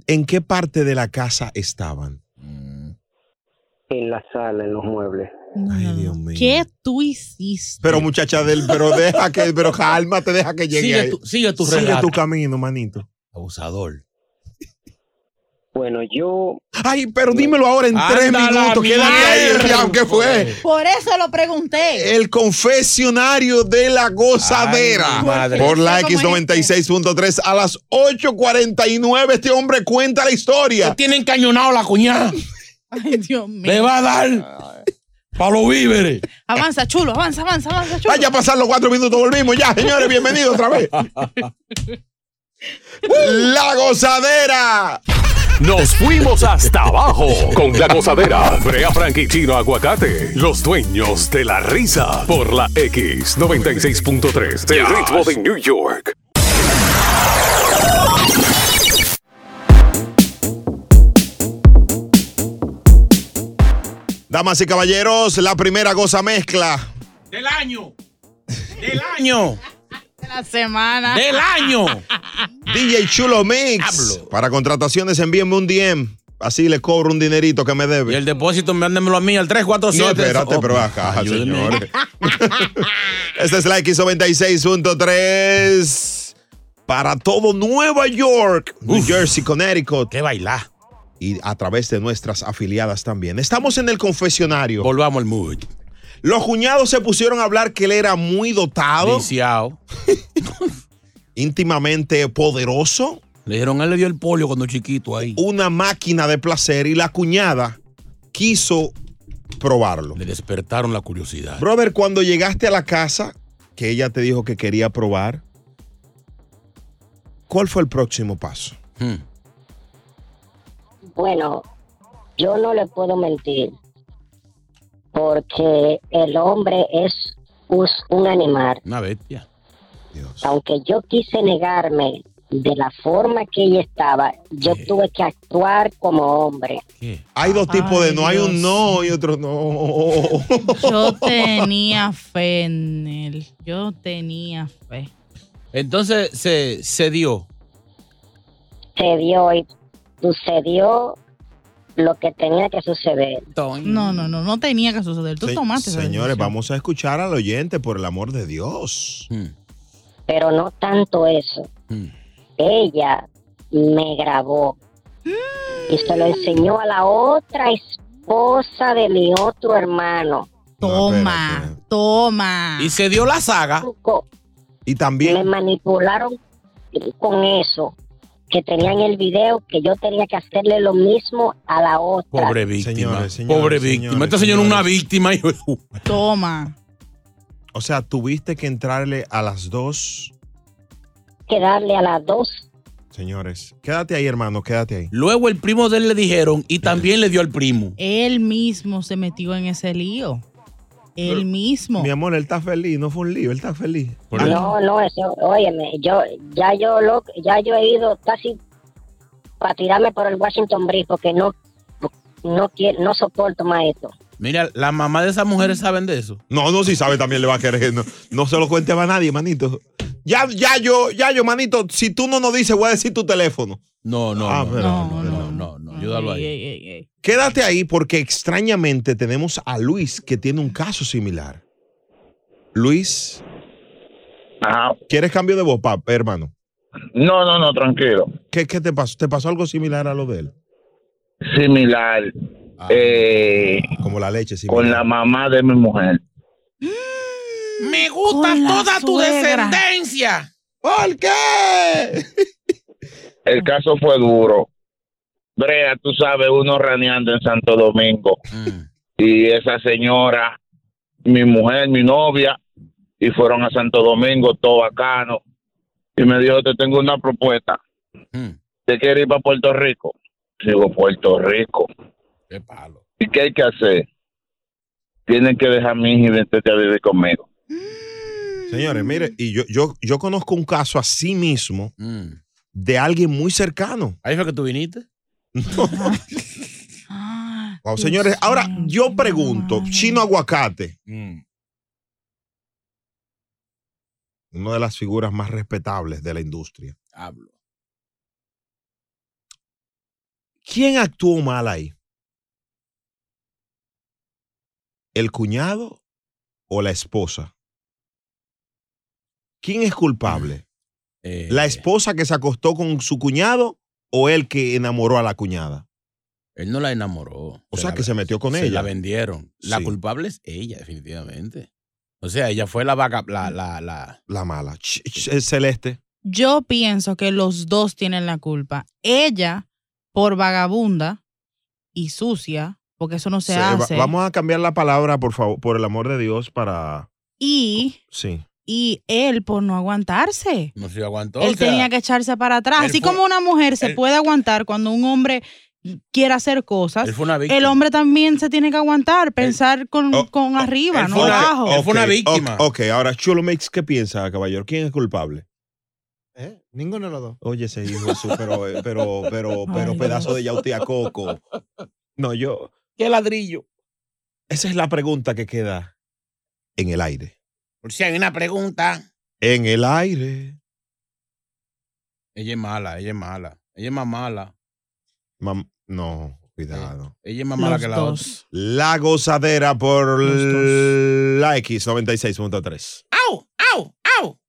Speaker 4: ¿en qué parte de la casa estaban?
Speaker 7: En la sala, en los muebles.
Speaker 4: Ay, Dios mío.
Speaker 6: ¿Qué tú hiciste?
Speaker 4: Pero muchacha del, pero deja que, pero te deja que llegue
Speaker 7: Sigue
Speaker 4: ahí.
Speaker 7: tu- sigue tu
Speaker 4: Sigue
Speaker 7: relato.
Speaker 4: tu camino, manito.
Speaker 5: Abusador.
Speaker 7: Bueno, yo...
Speaker 4: Ay, pero dímelo ahora en tres
Speaker 5: Anda la
Speaker 4: minutos. Quédate ahí,
Speaker 5: mierda.
Speaker 4: ya, ¿qué fue? Eh.
Speaker 6: Por eso lo pregunté.
Speaker 4: El confesionario de la gozadera.
Speaker 5: Ay, mi madre.
Speaker 4: Por la
Speaker 5: ¿Cómo es
Speaker 4: X96.3 a las 8.49 este hombre cuenta Pues la historia.
Speaker 5: Tiene encañonado la cuñada.
Speaker 6: Ay, Dios mío.
Speaker 5: Le va a dar para los víveres.
Speaker 6: Avanza, chulo, avanza, avanza, avanza, chulo.
Speaker 4: Vaya a pasar los cuatro minutos, volvimos ya, señores, bienvenidos otra
Speaker 5: <laughs>
Speaker 4: vez. La gozadera.
Speaker 1: Nos fuimos hasta abajo con la gozadera. Brea Frank y Chino Aguacate, los dueños de la risa. Por la X96.3, el ritmo de New York.
Speaker 4: Damas y caballeros, la primera goza mezcla.
Speaker 5: Del año. Del año.
Speaker 6: De la semana.
Speaker 5: Del
Speaker 4: <laughs>
Speaker 5: año.
Speaker 4: DJ Chulo Mix. Para contrataciones envíenme un DM. Así le cobro un dinerito que me debe.
Speaker 5: Y el depósito, mándemelo a mí al 347.
Speaker 4: No, espérate,
Speaker 5: Oh,
Speaker 4: pero acá, señores. Esta Este es la X96.3 para todo Nueva York, New Jersey, Connecticut.
Speaker 5: ¡Qué bailar!
Speaker 4: Y a través de nuestras afiliadas también. Estamos en el confesionario.
Speaker 5: Volvamos al mood.
Speaker 4: Los cuñados se pusieron a hablar que él era muy dotado. <laughs> íntimamente poderoso.
Speaker 5: Le dijeron, él le dio el polio cuando chiquito ahí.
Speaker 4: Una máquina de placer y la cuñada quiso probarlo.
Speaker 5: Le despertaron la curiosidad.
Speaker 4: Brother, cuando llegaste a la casa, que ella te dijo que quería probar, ¿cuál fue el próximo paso?
Speaker 8: Bueno, yo no le puedo mentir, porque el hombre es us- un animal.
Speaker 5: Una bestia.
Speaker 8: Aunque yo quise negarme de la forma que ella estaba, yo tuve que actuar como hombre.
Speaker 4: Hay dos tipos de no, hay un no y otro no.
Speaker 6: Yo tenía fe en él. Yo tenía fe.
Speaker 5: Entonces se, se dio.
Speaker 8: Se dio y sucedió lo que tenía que suceder.
Speaker 6: No, no, no, no tenía que suceder. <laughs> Tú
Speaker 4: Se-
Speaker 6: tomaste esa
Speaker 4: Señores,
Speaker 6: decisión.
Speaker 4: vamos a escuchar al oyente, por el amor de Dios.
Speaker 8: pero no tanto eso. Ella me grabó y se lo enseñó a la otra esposa de mi otro hermano.
Speaker 6: Toma, toma.
Speaker 5: Y se dio la saga.
Speaker 4: Y también.
Speaker 8: Me manipularon con eso, que tenían el video, que yo tenía que hacerle lo mismo a la otra.
Speaker 5: Pobre víctima. Pobre víctima. Esta señora es una víctima. hijo de su-
Speaker 6: Toma.
Speaker 4: O sea, tuviste que entrarle a las dos.
Speaker 8: Que darle a las dos.
Speaker 4: Señores, quédate ahí, hermano, quédate ahí.
Speaker 5: Luego el primo de él le dijeron y también le dio al primo.
Speaker 6: Él mismo se metió en ese lío. Él mismo.
Speaker 4: Mi amor, él está feliz, no fue un lío, él está feliz.
Speaker 8: No, no, eso, óyeme, yo, ya yo lo, ya yo he ido casi para tirarme por el Washington Bridge porque no, no quiero, no soporto más esto.
Speaker 5: Mira, la mamá de esas mujeres saben de eso.
Speaker 4: No, no, si sabe también le va a querer. No, no se lo cuente a nadie, manito. Ya, ya yo, ya yo, manito, si tú no nos dices, voy a decir tu teléfono.
Speaker 5: No, no,
Speaker 4: Ah,
Speaker 5: no,
Speaker 4: pero-
Speaker 5: no, no, no, no, ayúdalo ahí.
Speaker 4: Quédate ahí porque extrañamente tenemos a Luis que tiene un caso similar. Luis. ¿Quieres cambio de voz, pap, hermano?
Speaker 9: No, no, no, tranquilo.
Speaker 4: ¿Qué, qué te pasó? ¿Te pasó algo similar a lo de él?
Speaker 9: Similar. eh,
Speaker 4: Ah, Como la leche, sí.
Speaker 9: Con la mamá de mi mujer.
Speaker 5: Me gusta toda tu descendencia.
Speaker 4: ¿Por qué?
Speaker 9: El caso fue duro. Brea, tú sabes, uno raneando en Santo Domingo. Y esa señora, mi mujer, mi novia, y fueron a Santo Domingo, todo bacano. Y me dijo, te tengo una propuesta. ¿Te quieres ir para Puerto Rico? Digo, Puerto Rico. ¿Y qué hay que hacer? Tienen que dejar a mi hija y vente a vivir conmigo.
Speaker 4: Señores, mire, y yo, yo, yo conozco un caso así mismo de alguien muy cercano.
Speaker 5: Mm. ¿Ahí fue que tú viniste?
Speaker 4: Wow, señores, ahora yo pregunto, chino aguacate, una de las figuras más respetables de la industria.
Speaker 5: Hablo.
Speaker 4: ¿Quién actuó mal ahí? ¿El cuñado o la esposa? ¿Quién
Speaker 5: <laughs>
Speaker 4: es culpable?
Speaker 5: Eh.
Speaker 4: ¿La esposa que se acostó con su cuñado o él que enamoró a la cuñada?
Speaker 5: Él no la enamoró.
Speaker 4: O sea, que se metió con
Speaker 5: Se
Speaker 4: ella.
Speaker 5: la vendieron. La
Speaker 4: Sí.
Speaker 5: culpable es ella, definitivamente. O sea, ella fue la vaca, la, la, la.
Speaker 4: La mala. Ch- ch- el celeste.
Speaker 6: Yo pienso que los dos tienen la culpa. Ella, por vagabunda y sucia, porque eso no se,
Speaker 4: Se- va-
Speaker 6: hace.
Speaker 4: vamos a cambiar la palabra, por favor, por el amor de Dios, para...
Speaker 6: Y,
Speaker 4: Sí.
Speaker 6: y él, por no aguantarse.
Speaker 5: No se aguantó.
Speaker 6: él tenía que echarse para atrás.
Speaker 5: él
Speaker 6: Así
Speaker 5: fue-
Speaker 6: como una mujer se
Speaker 5: él-
Speaker 6: puede aguantar cuando un hombre quiere hacer cosas,
Speaker 5: Él fue una víctima. Oh,
Speaker 6: el hombre también se tiene que aguantar, pensar con, con arriba, no abajo.
Speaker 4: Ok, ok, Ok, ahora Chulo Mix, ¿qué piensa, caballero? ¿Quién es culpable?
Speaker 11: ¿Eh? Ninguno de los dos.
Speaker 4: Oye, ese hijo es su- pero, eh, pero,
Speaker 6: <laughs>
Speaker 4: pero, pero
Speaker 11: Ay,
Speaker 4: pedazo
Speaker 11: Dios.
Speaker 4: de yautía coco. No, yo.
Speaker 5: ¿Qué ladrillo?
Speaker 4: Esa es la pregunta que queda en el aire.
Speaker 5: Por si hay una pregunta.
Speaker 4: En el aire.
Speaker 5: Ella es mala, ella es mala. Ella es más mala. eh,
Speaker 4: Mam- no, cuidado.
Speaker 5: Ella es más mala que la otra.
Speaker 4: La gozadera por la X96.3.
Speaker 5: ¡Au! ¡Au! ¡Au!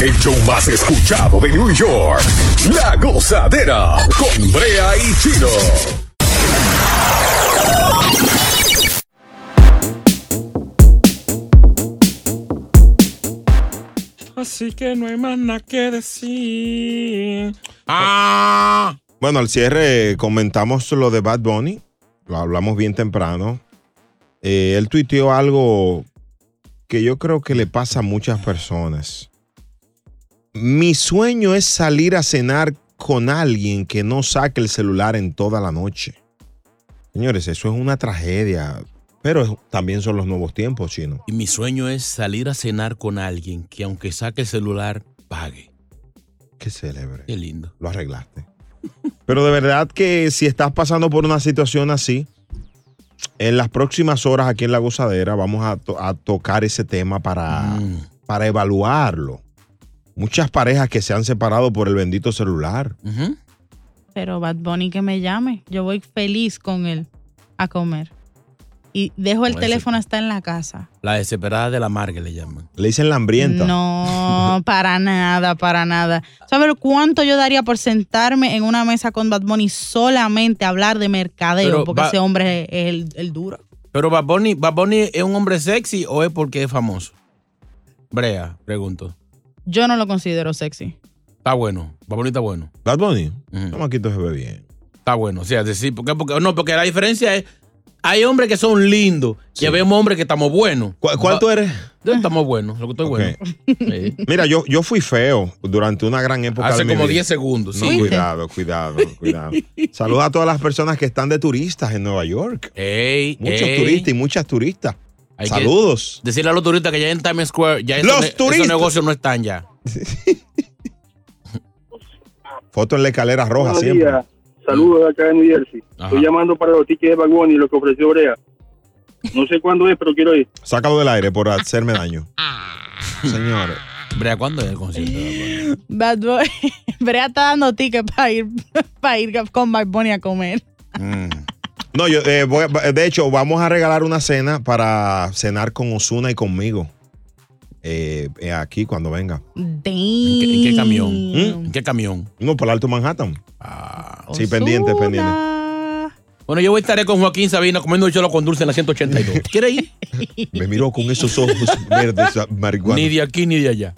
Speaker 1: El show más escuchado de New York. La gozadera con Brea y Chino.
Speaker 5: Así que no hay más nada que decir. ¡Ah!
Speaker 4: Bueno, al cierre eh, comentamos lo de Bad Bunny. Lo hablamos bien temprano. Eh, él tuiteó algo que yo creo que le pasa a muchas personas. Mi sueño es salir a cenar con alguien que no saque el celular en toda la noche. Señores, eso es una tragedia. Pero es- también son los nuevos tiempos, chino.
Speaker 5: Y mi sueño es salir a cenar con alguien que aunque saque el celular, pague.
Speaker 4: Qué célebre.
Speaker 5: Qué lindo.
Speaker 4: Lo arreglaste. Pero de verdad que si estás pasando por una situación así, en las próximas horas aquí en La Gozadera vamos a, to- a tocar ese tema para, para evaluarlo. Muchas parejas que se han separado por el bendito celular.
Speaker 6: Pero Bad Bunny que me llame, yo voy feliz con él a comer. Y dejo el
Speaker 5: Como ese-
Speaker 6: teléfono hasta en la casa.
Speaker 5: La desesperada de la marga le llaman.
Speaker 4: Le dicen la hambrienta.
Speaker 6: No, para nada, para nada. ¿Sabes cuánto yo daría por sentarme en una mesa con Bad Bunny solamente a hablar de mercadeo?
Speaker 5: Pero
Speaker 6: porque
Speaker 5: va-
Speaker 6: ese hombre es el, el duro.
Speaker 5: Pero Bad Bunny, Bad Bunny es un hombre sexy o es porque es famoso? Brea, pregunto.
Speaker 6: Yo no lo considero sexy.
Speaker 5: Está bueno. Bad Bunny está bueno.
Speaker 4: Bad Bunny. Chamaquito se ve bien.
Speaker 5: Está bueno. O sea, decir, porque, porque, no, porque la diferencia es. Hay hombres que son lindos y vemos hombres que estamos buenos.
Speaker 4: ¿Cuál, tú eres?
Speaker 5: Estamos buenos, lo que estoy bueno. Sí.
Speaker 4: Mira, yo, yo fui feo durante una gran época.
Speaker 5: Hace
Speaker 4: de mi
Speaker 5: como
Speaker 4: vida.
Speaker 5: 10 segundos,
Speaker 4: No,
Speaker 5: sí. <laughs>
Speaker 4: cuidado, cuidado, cuidado. Saluda a todas las personas que están de turistas en Nueva York.
Speaker 5: Ey,
Speaker 4: Muchos
Speaker 5: ey.
Speaker 4: turistas y muchas turistas.
Speaker 5: Hay que
Speaker 4: Saludos.
Speaker 5: Decirle a los turistas que ya en Times Square, ya
Speaker 4: Los
Speaker 5: esos, ne- esos
Speaker 4: turistas.
Speaker 5: negocios no están ya.
Speaker 4: Foto en la escalera roja
Speaker 22: Buenos
Speaker 4: siempre.
Speaker 22: días. Saludos de acá de New Jersey.
Speaker 4: Ajá.
Speaker 22: Estoy llamando para los tickets de Bad Bunny, lo que ofreció Brea. No sé cuándo es, pero quiero ir.
Speaker 4: Sácalo del aire por hacerme daño. Señores,
Speaker 5: Brea, ¿cuándo es el concierto?
Speaker 6: Bad Boy. <laughs> Brea está dando tickets para ir, <laughs> para ir con Bad Bunny a comer.
Speaker 4: Mm. No, yo, eh, voy a- de hecho, vamos a regalar una cena para cenar con Osuna y conmigo. Eh, eh, aquí cuando venga.
Speaker 6: ¿En
Speaker 5: qué, en qué camión? ¿Mm? ¿En qué camión?
Speaker 4: Mm.
Speaker 5: Ah.
Speaker 4: No, por el Alto Manhattan. sí, pendiente, pendiente.
Speaker 5: Bueno, yo voy a estaré con Joaquín Sabina comiendo cholo con dulce en la 182. ¿Quieres ir?
Speaker 4: Me miró con
Speaker 5: <laughs>
Speaker 4: esos ojos verdes marihuana.
Speaker 5: Ni de aquí ni de allá.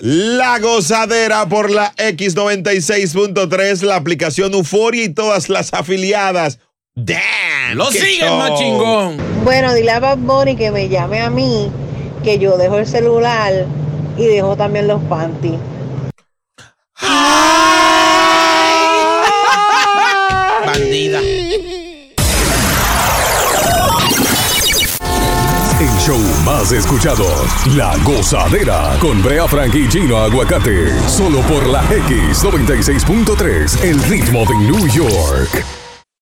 Speaker 4: La gozadera por la X96.3, la aplicación Euforia y todas las afiliadas. ¡Damn!
Speaker 5: Lo
Speaker 4: ¡Qué
Speaker 5: siguen,
Speaker 4: show!
Speaker 5: más chingón.
Speaker 15: Bueno, dile a Bad Bunny que me llame a mí, que yo dejo el celular y dejo también los panties.
Speaker 5: Bandida.
Speaker 1: El show más escuchado, La Gozadera, con Brea Frank y Gino Aguacate, solo por la X96.3, el ritmo de New York.